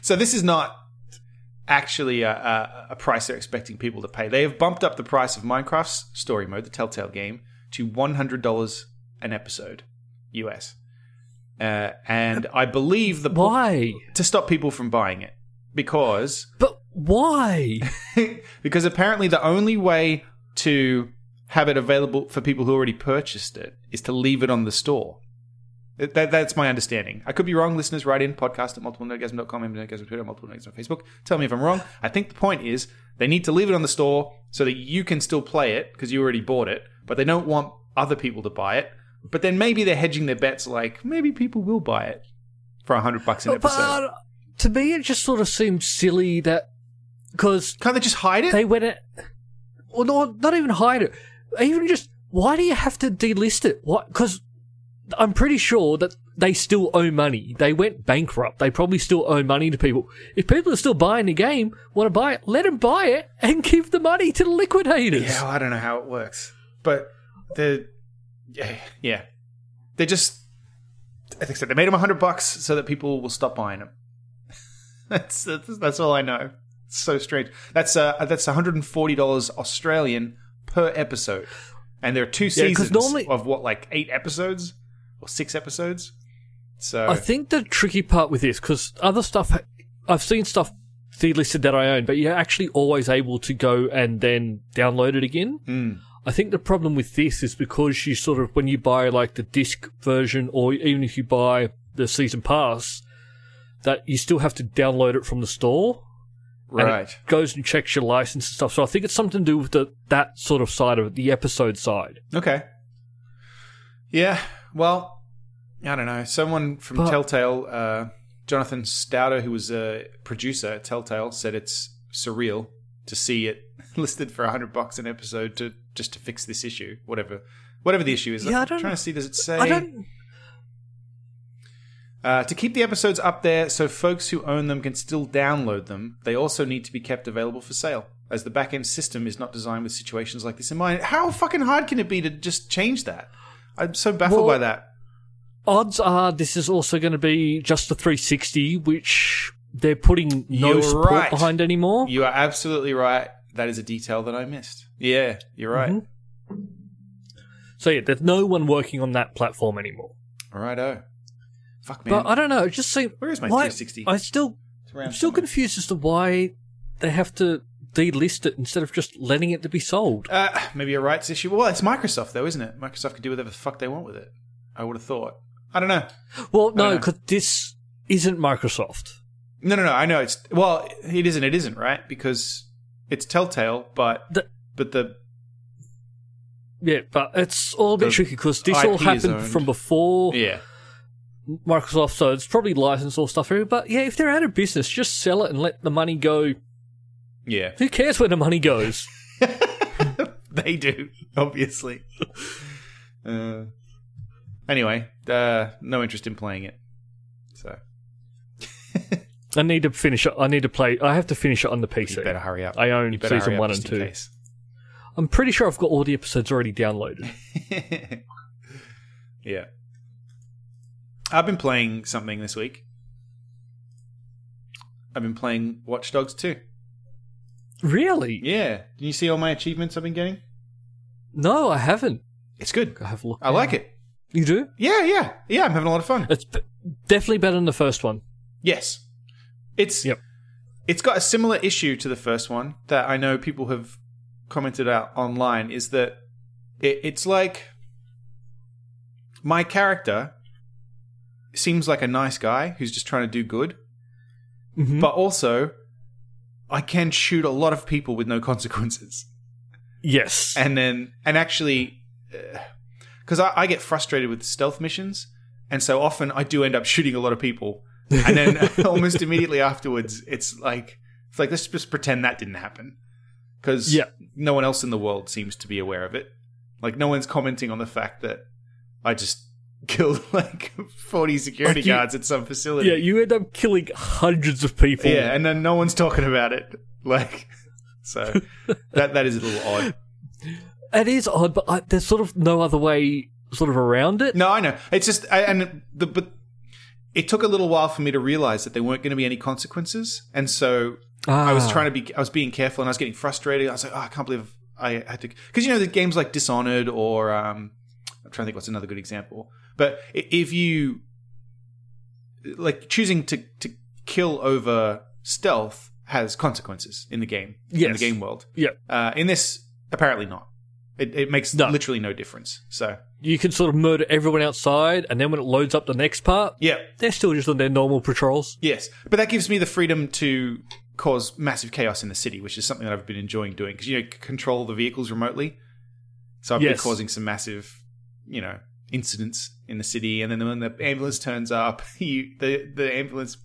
so this is not actually a, a, a price they're expecting people to pay. They have bumped up the price of Minecraft's story mode, the Telltale game, to one hundred dollars an episode, US. Uh, and I believe the Why? to stop people from buying it because But why? because apparently the only way to have it available for people who already purchased it is to leave it on the store. That, that- that's my understanding. I could be wrong. Listeners, write in podcast at multiplenergasm.com, nergasm Twitter, multiple nergasm on Facebook. Tell me if I'm wrong. I think the point is they need to leave it on the store so that you can still play it because you already bought it, but they don't want other people to buy it. But then maybe they're hedging their bets like maybe people will buy it for 100 bucks an But episode. uh, to me, it just sort of seems silly that because Can't they just hide it? they went at, well, no, not even hide it, even just why do you have to delist it? What? Because I'm pretty sure that they still owe money. They went bankrupt. They probably still owe money to people. If people are still buying the game, want to buy it, let them buy it and give the money to the liquidators. Yeah, well, I don't know how it works, but the yeah, yeah, they just like I said, they made them a hundred bucks so that people will stop buying them. that's, that's that's all I know. It's so strange. That's uh that's one hundred and forty dollars Australian per episode, and there are two 'cause seasons normally- of what like eight episodes or six episodes. So I think the tricky part with this, because other stuff, I've seen stuff delisted that I own, but you're actually always able to go and then download it again. I think the problem with this is because you sort of, when you buy like the disc version, or even if you buy the season pass, that you still have to download it from the store. And right, it goes and checks your license and stuff. So I think it's something to do with the, that sort of side of it, the episode side. Okay. Yeah. Well, I don't know. Someone from But- Telltale, uh, Jonathan Stouter, who was a producer at Telltale, said it's surreal to see it listed for hundred bucks an episode to just to fix this issue, whatever, whatever the issue is. Yeah, I I'm don't- trying to see. Does it say? I don't. Uh, to keep the episodes up there so folks who own them can still download them, they also need to be kept available for sale, as the back end system is not designed with situations like this in mind. How fucking hard can it be to just change that? I'm so baffled Well- by that. Odds are this is also going to be just the 360, which they're putting no You're support right. behind anymore. You are absolutely right. That is a detail that I missed. Yeah, you're right. Mhm. So yeah, there's no one working on that platform anymore. Righto. Fuck man. But I don't know. It just seems. Where is my why- 360? I still, It's around I'm still somewhere. confused as to why they have to delist it instead of just letting it to be sold. Uh, maybe a rights issue. Well, it's Microsoft though, isn't it? Microsoft can do whatever the fuck they want with it. I would have thought. I don't know. Well, no, know. because this isn't Microsoft. No, no, no. I know it's well. It isn't. It isn't right because it's Telltale, but The- but the Yeah, but it's all a bit The tricky because this IP all is happened owned. from before yeah. Microsoft, so it's probably licensed all stuff. But yeah, if they're out of business, just sell it and let the money go. Yeah, Who cares where the money goes? they do obviously. uh, anyway, uh, no interest in playing it. So I need to finish it. I need to play. I have to finish it on the PC. you better hurry up. I own you better season hurry up one and just in two. case. I'm pretty sure I've got all the episodes already downloaded. yeah, I've been playing something this week. I've been playing Watch Dogs 2. Really? Yeah. Did you see all my achievements I've been getting? No, I haven't. It's good. I have a look. I like it. You do? Yeah, yeah, yeah. I'm having a lot of fun. It's b- definitely better than the first one. Yes, it's Yep. it's got a similar issue to the first one that I know people have commented out online. Is that it, it's like my character seems like a nice guy who's just trying to do good, Mhm. but also I can shoot a lot of people with no consequences. Yes. and then and actually because I, I get frustrated with stealth missions and so often i do end up shooting a lot of people and then almost immediately afterwards it's like it's like let's just pretend that didn't happen because Yeah. no one else in the world seems to be aware of it like no one's commenting on the fact that i just killed like 40 security Like you- guards at some facility yeah, you end up killing hundreds of people. yeah and then no one's talking about it like so that that is a little odd It is odd, but I, there's sort of no other way sort of around it. No, I know. It's just, I, and the but it took a little while for me to realize that there weren't going to be any consequences, and so I was Ah. trying to be, I was being careful, and I was getting frustrated. I was like, oh, I can't believe I had to, because you know the games like Dishonored or um, I'm trying to think what's another good example, but i- if you like choosing to to kill over stealth has consequences in the game, in Yes. the game world. Yeah. Uh, in this, apparently not. It, it makes No. literally no difference. So you can sort of murder everyone outside, and then when it loads up the next part, Yeah. they're still just on their normal patrols. Yes. But that gives me the freedom to cause massive chaos in the city, which is something that I've been enjoying doing because you know, c- control the vehicles remotely. So I've been Yes. causing some massive, you know, incidents in the city, and then when the ambulance turns up, you the the ambulance.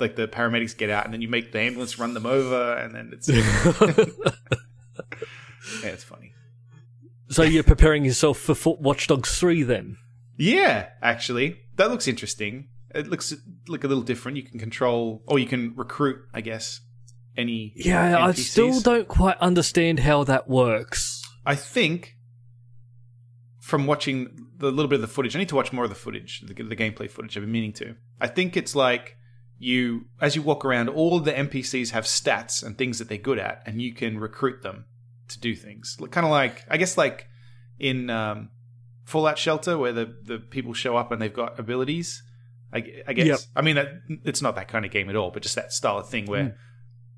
Like the paramedics get out, and then you make the ambulance run them over, and then it's yeah, it's funny. so you're preparing yourself for Fo- Watch Dogs 3 then? Yeah, actually, that looks interesting. It looks like a little different. You can control, or you can recruit, I guess. Any Yeah, I NPCs. still don't quite understand how that works. I think from watching the little bit of the footage, I need to watch more of the footage, the, the gameplay footage. I've been meaning to. I think it's like you, as you walk around, all the NPCs have stats and things that they're good at, and you can recruit them to do things. Kind of like, I guess, like in um, Fallout Shelter, where the, the people show up and they've got abilities. I, gu- I guess. Yep. I mean, that, it's not that kind of game at all, but just that style of thing where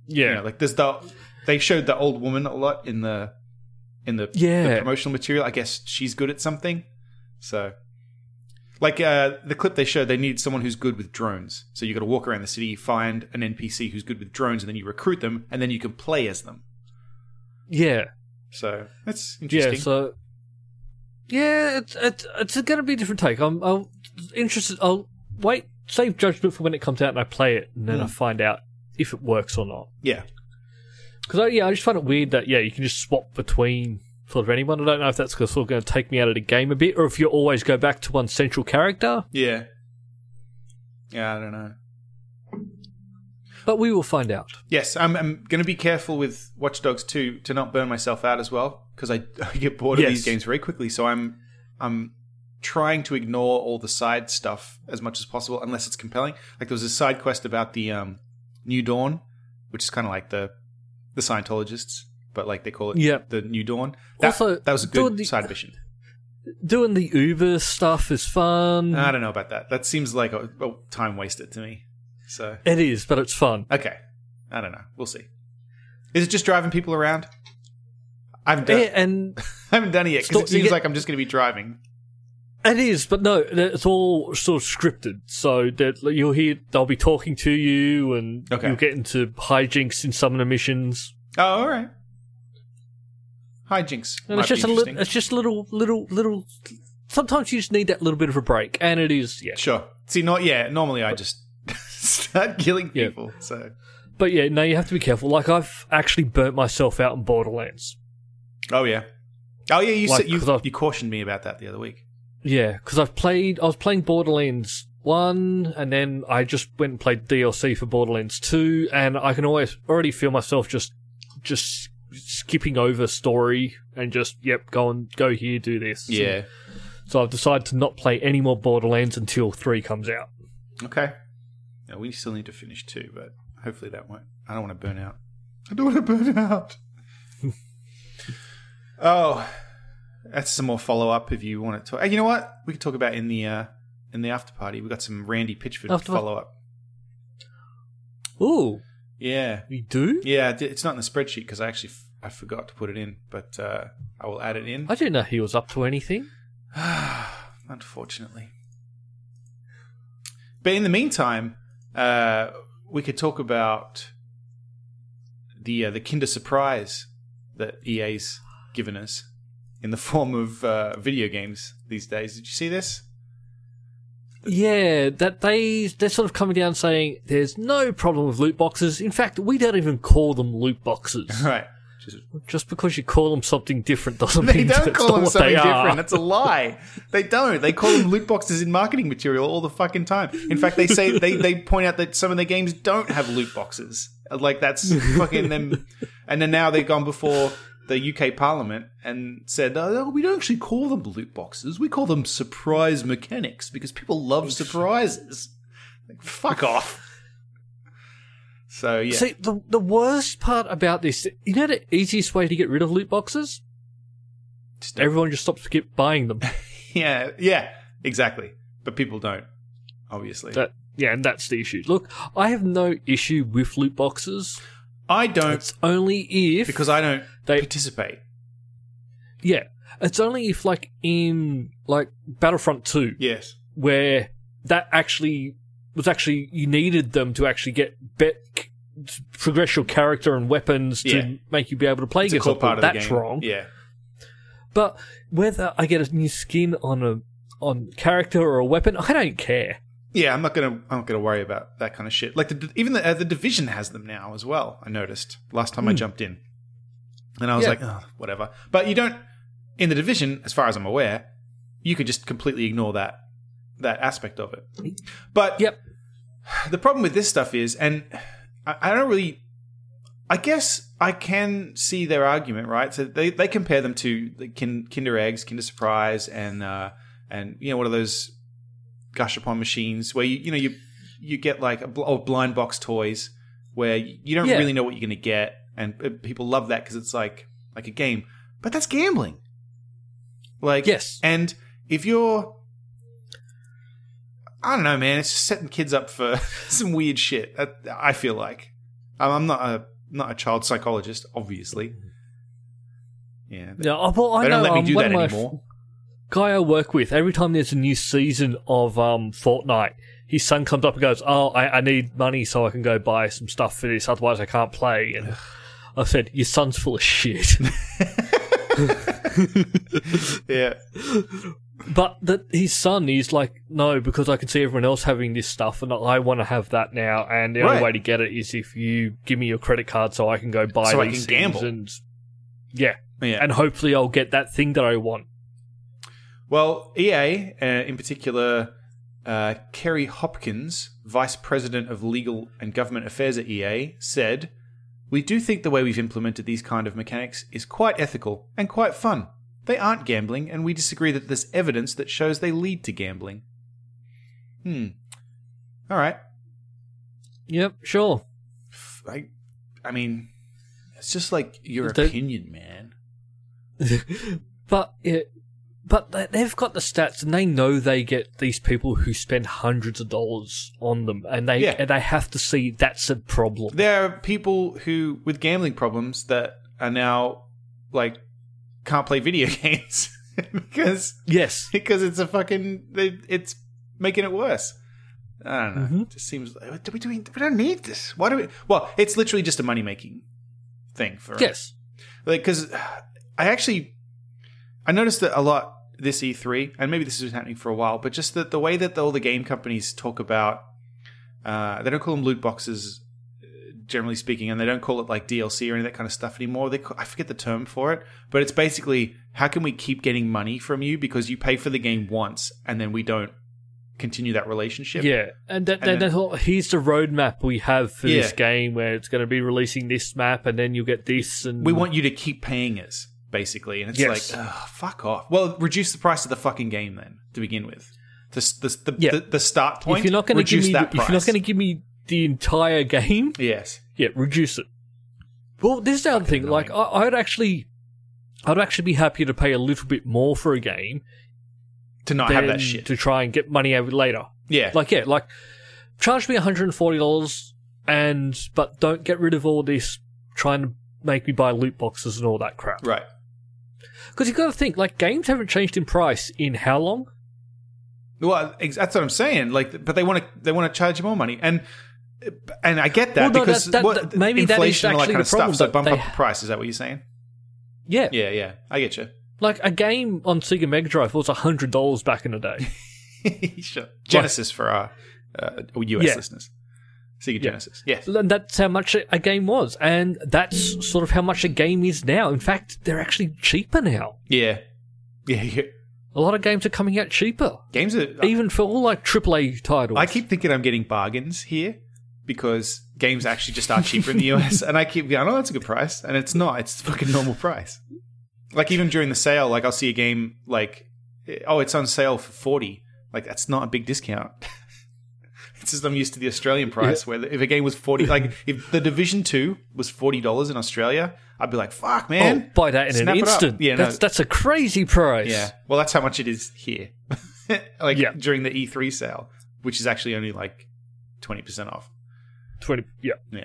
Yeah. you know, like there's the they showed the old woman a lot in the in the, the Yeah. promotional material. I guess she's good at something. So like uh, the clip they showed, they needed someone who's good with drones. So you got to walk around the city, find an NPC who's good with drones, and then you recruit them, and then you can play as them. yeah. So that's interesting. Yeah, so yeah, it's it's, it's going to be a different take. I'm, I'm interested. I'll wait, save judgment for when it comes out and I play it, and then I find out if it works or not. yeah, Because yeah, I just find it weird that yeah, you can just swap between sort of anyone. I don't know if that's gonna- sort of going to take me out of the game a bit, or if you always go back to one central character. yeah, yeah. I don't know. But we will find out. Yes, I'm, I'm going to be careful with Watch Dogs 2 to not burn myself out as well because I, I get bored of Yes. these games very quickly. So I'm I'm trying to ignore all the side stuff as much as possible unless it's compelling. Like there was a side quest about the um, New Dawn, which is kind of like the the Scientologists, but like they call it Yeah. the New Dawn. That, Also, that was a good doing the- side mission. Doing the Uber stuff is fun. I don't know about that. That seems like a, a time wasted to me. So it is, but it's fun. okay, I don't know. We'll see. Is it just driving people around? I've Yeah, done. and I haven't done it yet because Eh. Stop- it you seems get- like I'm just going to be driving. It is, but no, it's all sort of scripted. So that you'll hear, they'll be talking to you, and Okay. you'll get into hijinks in some of the missions. Oh, all right. Hijinks. And might it's just be a little, interesting. it's just little, little, little. Sometimes you just need that little bit of a break, and it is, yeah. sure. See, not yeah. Normally, I just start killing Yeah. people. So But yeah, no, you have to be careful. Like I've actually burnt myself out in Borderlands. oh yeah, oh yeah. You Like, said, you, 'cause I've- you cautioned me about that the other week. Yeah, because I've played, I was playing Borderlands one, and then I just went and played DLC for Borderlands two, and I can always already feel myself just, just skipping over story and just yep, go and go here, do this. So I've decided to not play any more Borderlands until three comes out. Okay. Now we still need to finish two, but hopefully that won't. I don't want to burn out. I don't want to burn out. oh, that's some more follow up if you want to talk. Hey, you know what? We can talk about in the uh, in the after party. We got some Randy Pitchford After- follow up. Ooh, Yeah, we do? yeah. I did- It's not in the spreadsheet because I actually f- I forgot to put it in, but uh, I will add it in. I didn't know he was up to anything. Unfortunately. But in the meantime, uh, we could talk about the uh, the Kinder Surprise that EA's given us in the form of uh, video games these days. Did you see this? Yeah, that they they're sort of coming down saying there's no problem with loot boxes. In fact, we don't even call them loot boxes. Right. Just because you call them something different doesn't They mean that don't it's call not them what something they are. different. That's a lie. They don't. They call them loot boxes in marketing material all the fucking time. In fact, they say they, they point out that some of their games don't have loot boxes. Like that's fucking them. And then now they've gone before the UK Parliament and said, oh, we don't actually call them loot boxes. We call them surprise mechanics because people love surprises. Like, fuck off. So yeah, See, the the worst part about this, you know, the easiest way to get rid of loot boxes, Just don't- everyone just stops keep buying them. yeah, yeah, exactly. But people don't, obviously. That yeah, and that's the issue. Look, I have no issue with loot boxes. I don't It's only if because I don't They- participate. Yeah. It's only if like in like Battlefront Two, Yes. where that actually was actually you needed them to actually get bet to progress your character and weapons Yeah. to make you be able to play It's a against core people. part of the That's game. wrong. Yeah. But whether I get a new skin on a on character or a weapon, I don't care. Yeah, I'm not gonna. I'm not gonna worry about that kind of shit. Like the, even the uh, the division has them now as well. I noticed last time I jumped in, and I was Hmm. Yeah. like, oh, whatever. But you don't in the division, as far as I'm aware, you could just completely ignore that that aspect of it. But Yep. the problem with this stuff is, and I, I don't really. I guess I can see their argument, right? So they, they compare them to the kin, Kinder Eggs, Kinder Surprise, and uh, and you know one of those gush upon machines where you you know you you get like a bl- or blind box toys where you don't Yeah. really know what you're going to get, and uh, people love that because it's like like a game, but that's gambling. Like Yes. and if you're I don't know, man. It's just setting kids up for some weird shit. I, I feel like I'm, I'm not a not a child psychologist, obviously. Yeah, they, Yeah, oh, well, I they know, don't let me um, do one that of my f- anymore. guy I work with, every time there's a new season of um, Fortnite, his son comes up and goes, "Oh, I, I need money so I can go buy some stuff for this. Otherwise, I can't play." And I said, "Your son's full of shit." yeah, but that his son is like, "No, because I can see everyone else having this stuff, and I want to have that now. And the Right. only way to get it is if you give me your credit card so I can go buy So I these can gamble. things and yeah, yeah. and hopefully I'll get that thing that I want." Well, EA, uh, in particular, uh, Kerry Hopkins, Vice President of Legal and Government Affairs at EA, said, We do think the way we've implemented these kind of mechanics is quite ethical and quite fun. They aren't gambling, and we disagree that there's evidence that shows they lead to gambling. Hmm. All right. Yep, sure. F- I, I mean, it's just like your Don't- opinion, man. but it, but they- they've got the stats, and they know they get these people who spend hundreds of dollars on them, and they Yeah. and they have to see that's a problem. there are people who with gambling problems that are now like can't play video games because yes, because it's a fucking they, it's making it worse. I don't know. Mhm. It just seems like, do we doing? We don't need this. Why do we? Well, it's literally just a money making thing for us yes, like because I actually I noticed that a lot this E3, and maybe this has been happening for a while, but just that the way that all the game companies talk about, uh, they don't call them loot boxes, uh, generally speaking, and they don't call it like DLC or any of that kind of stuff anymore. They ca- I forget the term for it, but it's basically how can we keep getting money from you because you pay for the game once and then we don't continue that relationship. yeah, and that, And that, then- that's all- here's the roadmap we have for this Yeah. game, where it's going to be releasing this map, and then you'll get this, and we want you to keep paying us basically and it's Mm. Yes. like ugh, fuck off well reduce the price of the fucking game then to begin with the, the, the, Yeah. the, the start point if you're not going to give reduce me, that the- if you're not price. going to give me the entire game, yes yeah, reduce it. Well, this is the other thing. Like, I, I'd actually, I'd actually be happy to pay a little bit more for a game to not have than that shit to try and get money out of it later. yeah Like yeah, like charge me one hundred and forty dollars, and but don't get rid of all this trying to make me buy loot boxes and all that crap. right Because you've got to think like games haven't changed in price in how long? well ex- that's what i'm saying like but they want to they want to charge you more money and and i get Well, that no, because that- that- what, that- maybe that is inflation and all that actually kind the of stuff problem, so that bump they- up the price is that what you're saying Yeah, yeah yeah i get you like a game on Sega Mega Drive was hundred dollars back in the day. sure. genesis for our uh, us Yeah. listeners sega Yeah. genesis yes And that's how much a game was, and that's sort of how much a game is now. In fact, they're actually cheaper now. yeah yeah, yeah. A lot of games are coming out cheaper, games are uh, even for all like AAA titles. I keep thinking I'm getting bargains here because games actually just are cheaper in the US, and I keep going, "Oh, that's a good price," and it's not. It's fucking normal price. Like even during the sale, like I'll see a game like, "Oh, it's on sale for forty. Like that's not a big discount. it's just I'm used to the Australian price where if a game was forty, like if the Division Two was forty dollars in Australia, I'd be like, "Fuck, man." Oh, buy that in an Snap it up. instant. Yeah, no. that's that's a crazy price. Yeah. Well, that's how much it is here. like Yeah. during the E3 sale, which is actually only like 20% off. twenty. Yeah, Yeah.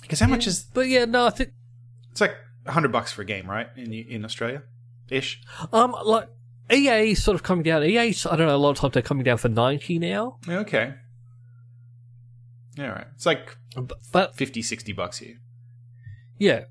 Because how much is but yeah, no, I think it's like hundred bucks for a game, right? In in Australia, ish. Um, like EA sort of coming down. EA, 's- I don't know. A lot of times they're coming down for ninety now, Yeah, Okay. All right. It's like but, but 50, 60 bucks here. yeah,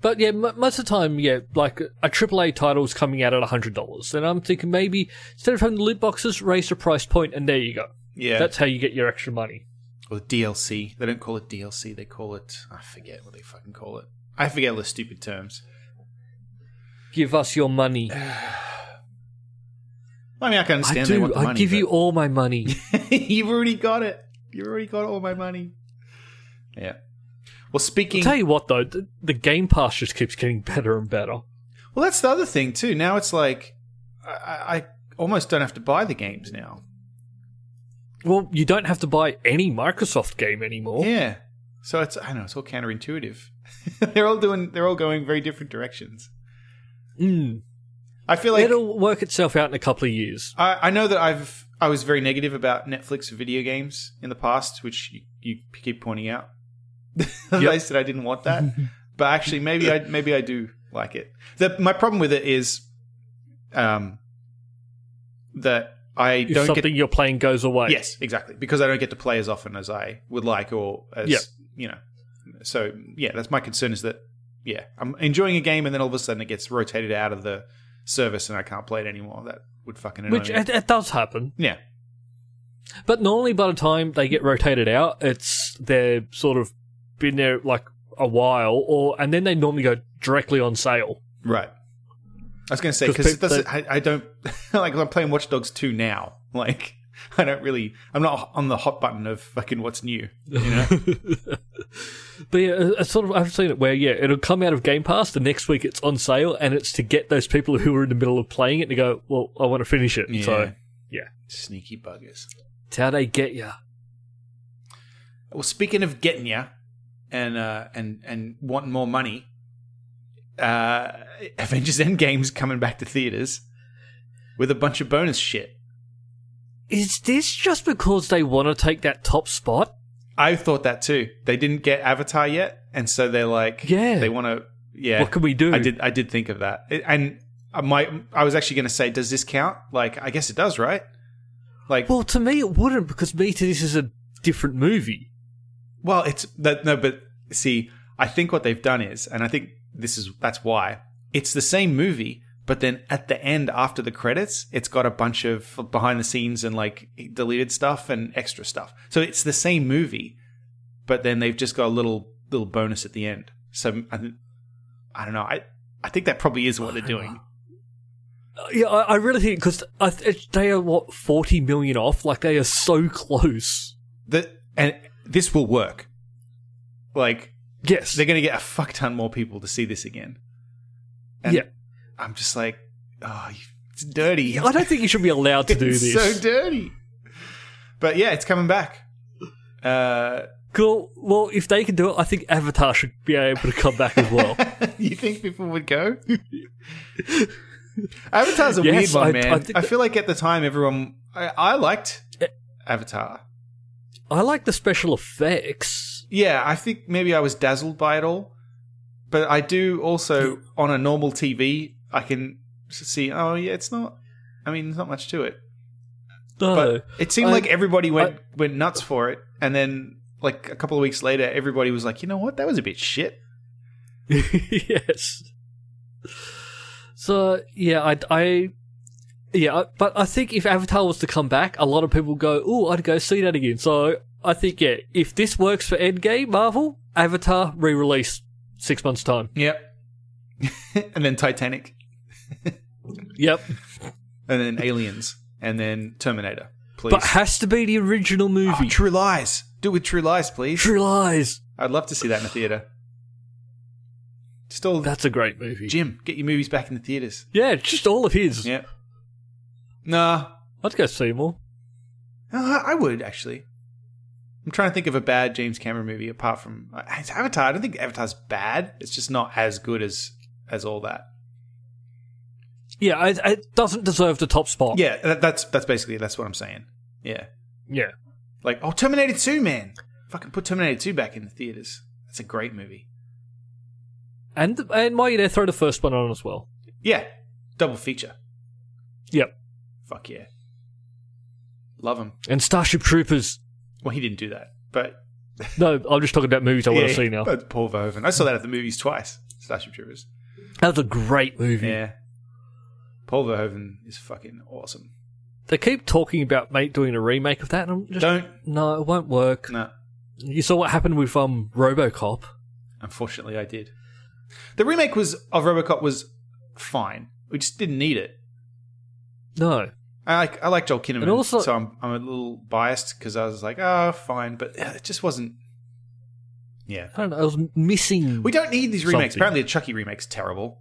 but yeah, m- most of the time, yeah, like a AAA title's coming out at hundred dollars, and I'm thinking maybe instead of having the loot boxes, raise the price point, and there you go. Yeah. That's how you get your extra money. or DLC. They don't call it DLC. They call it. I forget what they fucking call it. I forget all the stupid terms. Give us your money. I mean, I can I understand they do. want the I money. give you but- all my money. You've already got it. You've already got all my money. Yeah. Well, speaking. Tell you what, though, the, the Game Pass just keeps getting better and better. well, that's the other thing too. Now it's like I, I I almost don't have to buy the games now. Well, you don't have to buy any Microsoft game anymore. Yeah. So it's I know it's all counterintuitive. they're all doing they're all going very different directions. Mm. I feel like It'll work itself out in a couple of years. I, I know that I've I was very negative about Netflix video games in the past, which you, you keep pointing out. I said I didn't want that, but actually maybe I maybe I do like it. The, my problem with it is, um, that I If don't something get you're playing goes away. yes exactly because I don't get to play as often as I would like or as Yeah. you know. So yeah, that's my concern is that yeah I'm enjoying a game and then all of a sudden it gets rotated out of the service and I can't play it anymore. That would fucking annoy Which me. it, it does happen. yeah. But normally by the time they get rotated out, it's they're sort of been there like a while or and then they normally go directly on sale. Right. I was going to say 'Cause because people- I, I don't like I'm playing Watch Dogs two now. Like I don't really I'm not on the hot button of fucking what's new. But yeah, it- it's sort of I've seen it where yeah, it'll come out of Game Pass the next week it's on sale and it's to get those people who are in the middle of playing it to go, Well, I want to finish it. So yeah. sneaky buggers. It's how they get ya. Well, speaking of getting ya and uh, and and wanting more money, uh, Avengers Endgame's coming back to theaters with a bunch of bonus shit. Is this just because they want to take that top spot? I thought that too. They didn't get Avatar yet, and so they're like, Yeah. they want to. Yeah, What can we do? I did. I did think of that, It- and my I was actually going to say, does this count? Like, I guess it does, right? Like, well, Well, to me, it wouldn't because me to this is a different movie. it's that no, but see, I think what they've done is, and I think this is that's why it's the same movie, but then at the end after the credits, it's got a bunch of behind the scenes and like deleted stuff and extra stuff. So it's the same movie, but then they've just got a little little bonus at the end. So I, th- I don't know. I I think that probably is what they're doing. Uh, Yeah, I, I really think because th- they are what forty million off. Like they are so close. that and this will work. Like Yes, they're going to get a fuck ton more people to see this again. And Yeah. I'm just like, oh, you- it's dirty. I don't think you should be allowed to do it's this. So dirty. But yeah, it's coming back. Uh, cool. Well, if they can do it, I think Avatar should be able to come back as well. you think people would go? Avatar's a Yes, weird one, I- man. I I, think that- Eh. feel like at the time everyone, I, I liked Avatar. I like the special effects. yeah, I think maybe I was dazzled by it all, but I do also on a normal TV I can s- see. Oh yeah, it's not. I mean, there's not much to it. No, But it seemed Oh, I- like everybody went went nuts for it, and then like a couple of weeks later, everybody was like, you know what, that was a bit shit. yes. So yeah, I, I yeah, I- but I think if Avatar was to come back, a lot of people go, "Oh, I'd go see that again." So I think yeah, if this works for Endgame, Marvel, Avatar re-release six months time. Yep. and then Titanic, Yep, and then Aliens, and then Terminator. Please. but has to be the original movie. Oh, True Lies. Do it with True Lies, please. True Lies. I'd love to see that in the theater. Still, That's a great movie. Jim, get your movies back in the theaters. yeah, just all of his. Yeah. Nah, I'd go see more. Uh, I would actually. I'm trying to think of a bad James Cameron movie apart from uh, it's Avatar. I don't think Avatar's bad. It's just not as good as as all that. Yeah, I, it doesn't deserve the top spot. Yeah, that, that's that's basically that's what I'm saying. Yeah, yeah. like oh, Terminator Two, man, fucking put Terminator Two back in the theaters. That's a great movie. and and while you're there, throw the first one on as well. Yeah, double feature. Yep. Fuck yeah. Love him. And Starship Troopers. Well, he didn't do that, but No, I'm just talking about movies I want Yeah, to see now. But Paul Verhoeven. I saw that at the movies twice. Starship Troopers. That was a great movie. Yeah. Paul Verhoeven is fucking awesome. They keep talking about mate doing a remake of that, and I'm just Don't. no, it won't work. No. You saw what happened with um RoboCop. Unfortunately, I did. The remake was of RoboCop was fine. We just didn't need it. No, I like I like Joel Kinnaman, And also- so I'm I'm a little biased because I was like, ah, fine, but uh, it just wasn't. Yeah, I don't know. I was missing. we don't need these remakes. Something. Apparently, the Chucky remake's terrible.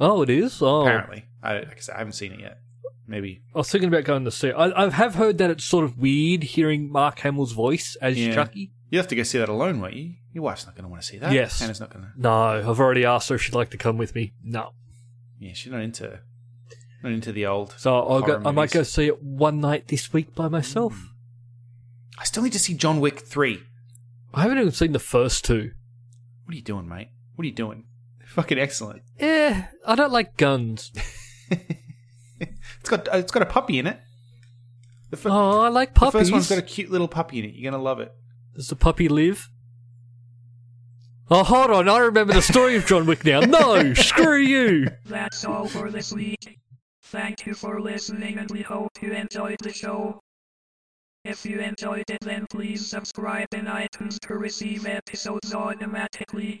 oh, it is. Oh, Apparently, I like I, said, I haven't seen it yet. Maybe I was thinking about going to see. it. I, I have heard that it's sort of weird hearing Mark Hamill's voice as Yeah. Chucky. you have to go see that alone, won't you? Your wife's not going to want to see that. Yes. Hannah's not going to. No, I've already asked her if she'd like to come with me. No, Yeah, she's not into not into the old. so I'll go, horror I might go movies. see it one night this week by myself. I still need to see John Wick three. I haven't even seen the first two. What are you doing, mate? What are you doing? Fucking excellent. Eh, I don't like guns. It's got uh, it's got a puppy in it. The, fir- Oh, I like the puppies. first one's got a cute little puppy in it. You're going to love it. Does the puppy live? Oh, hold on. I remember the story of John Wick now. No, screw you. That's all for this week. Thank you for listening and we hope you enjoyed the show. If you enjoyed it then please subscribe in iTunes to receive episodes automatically.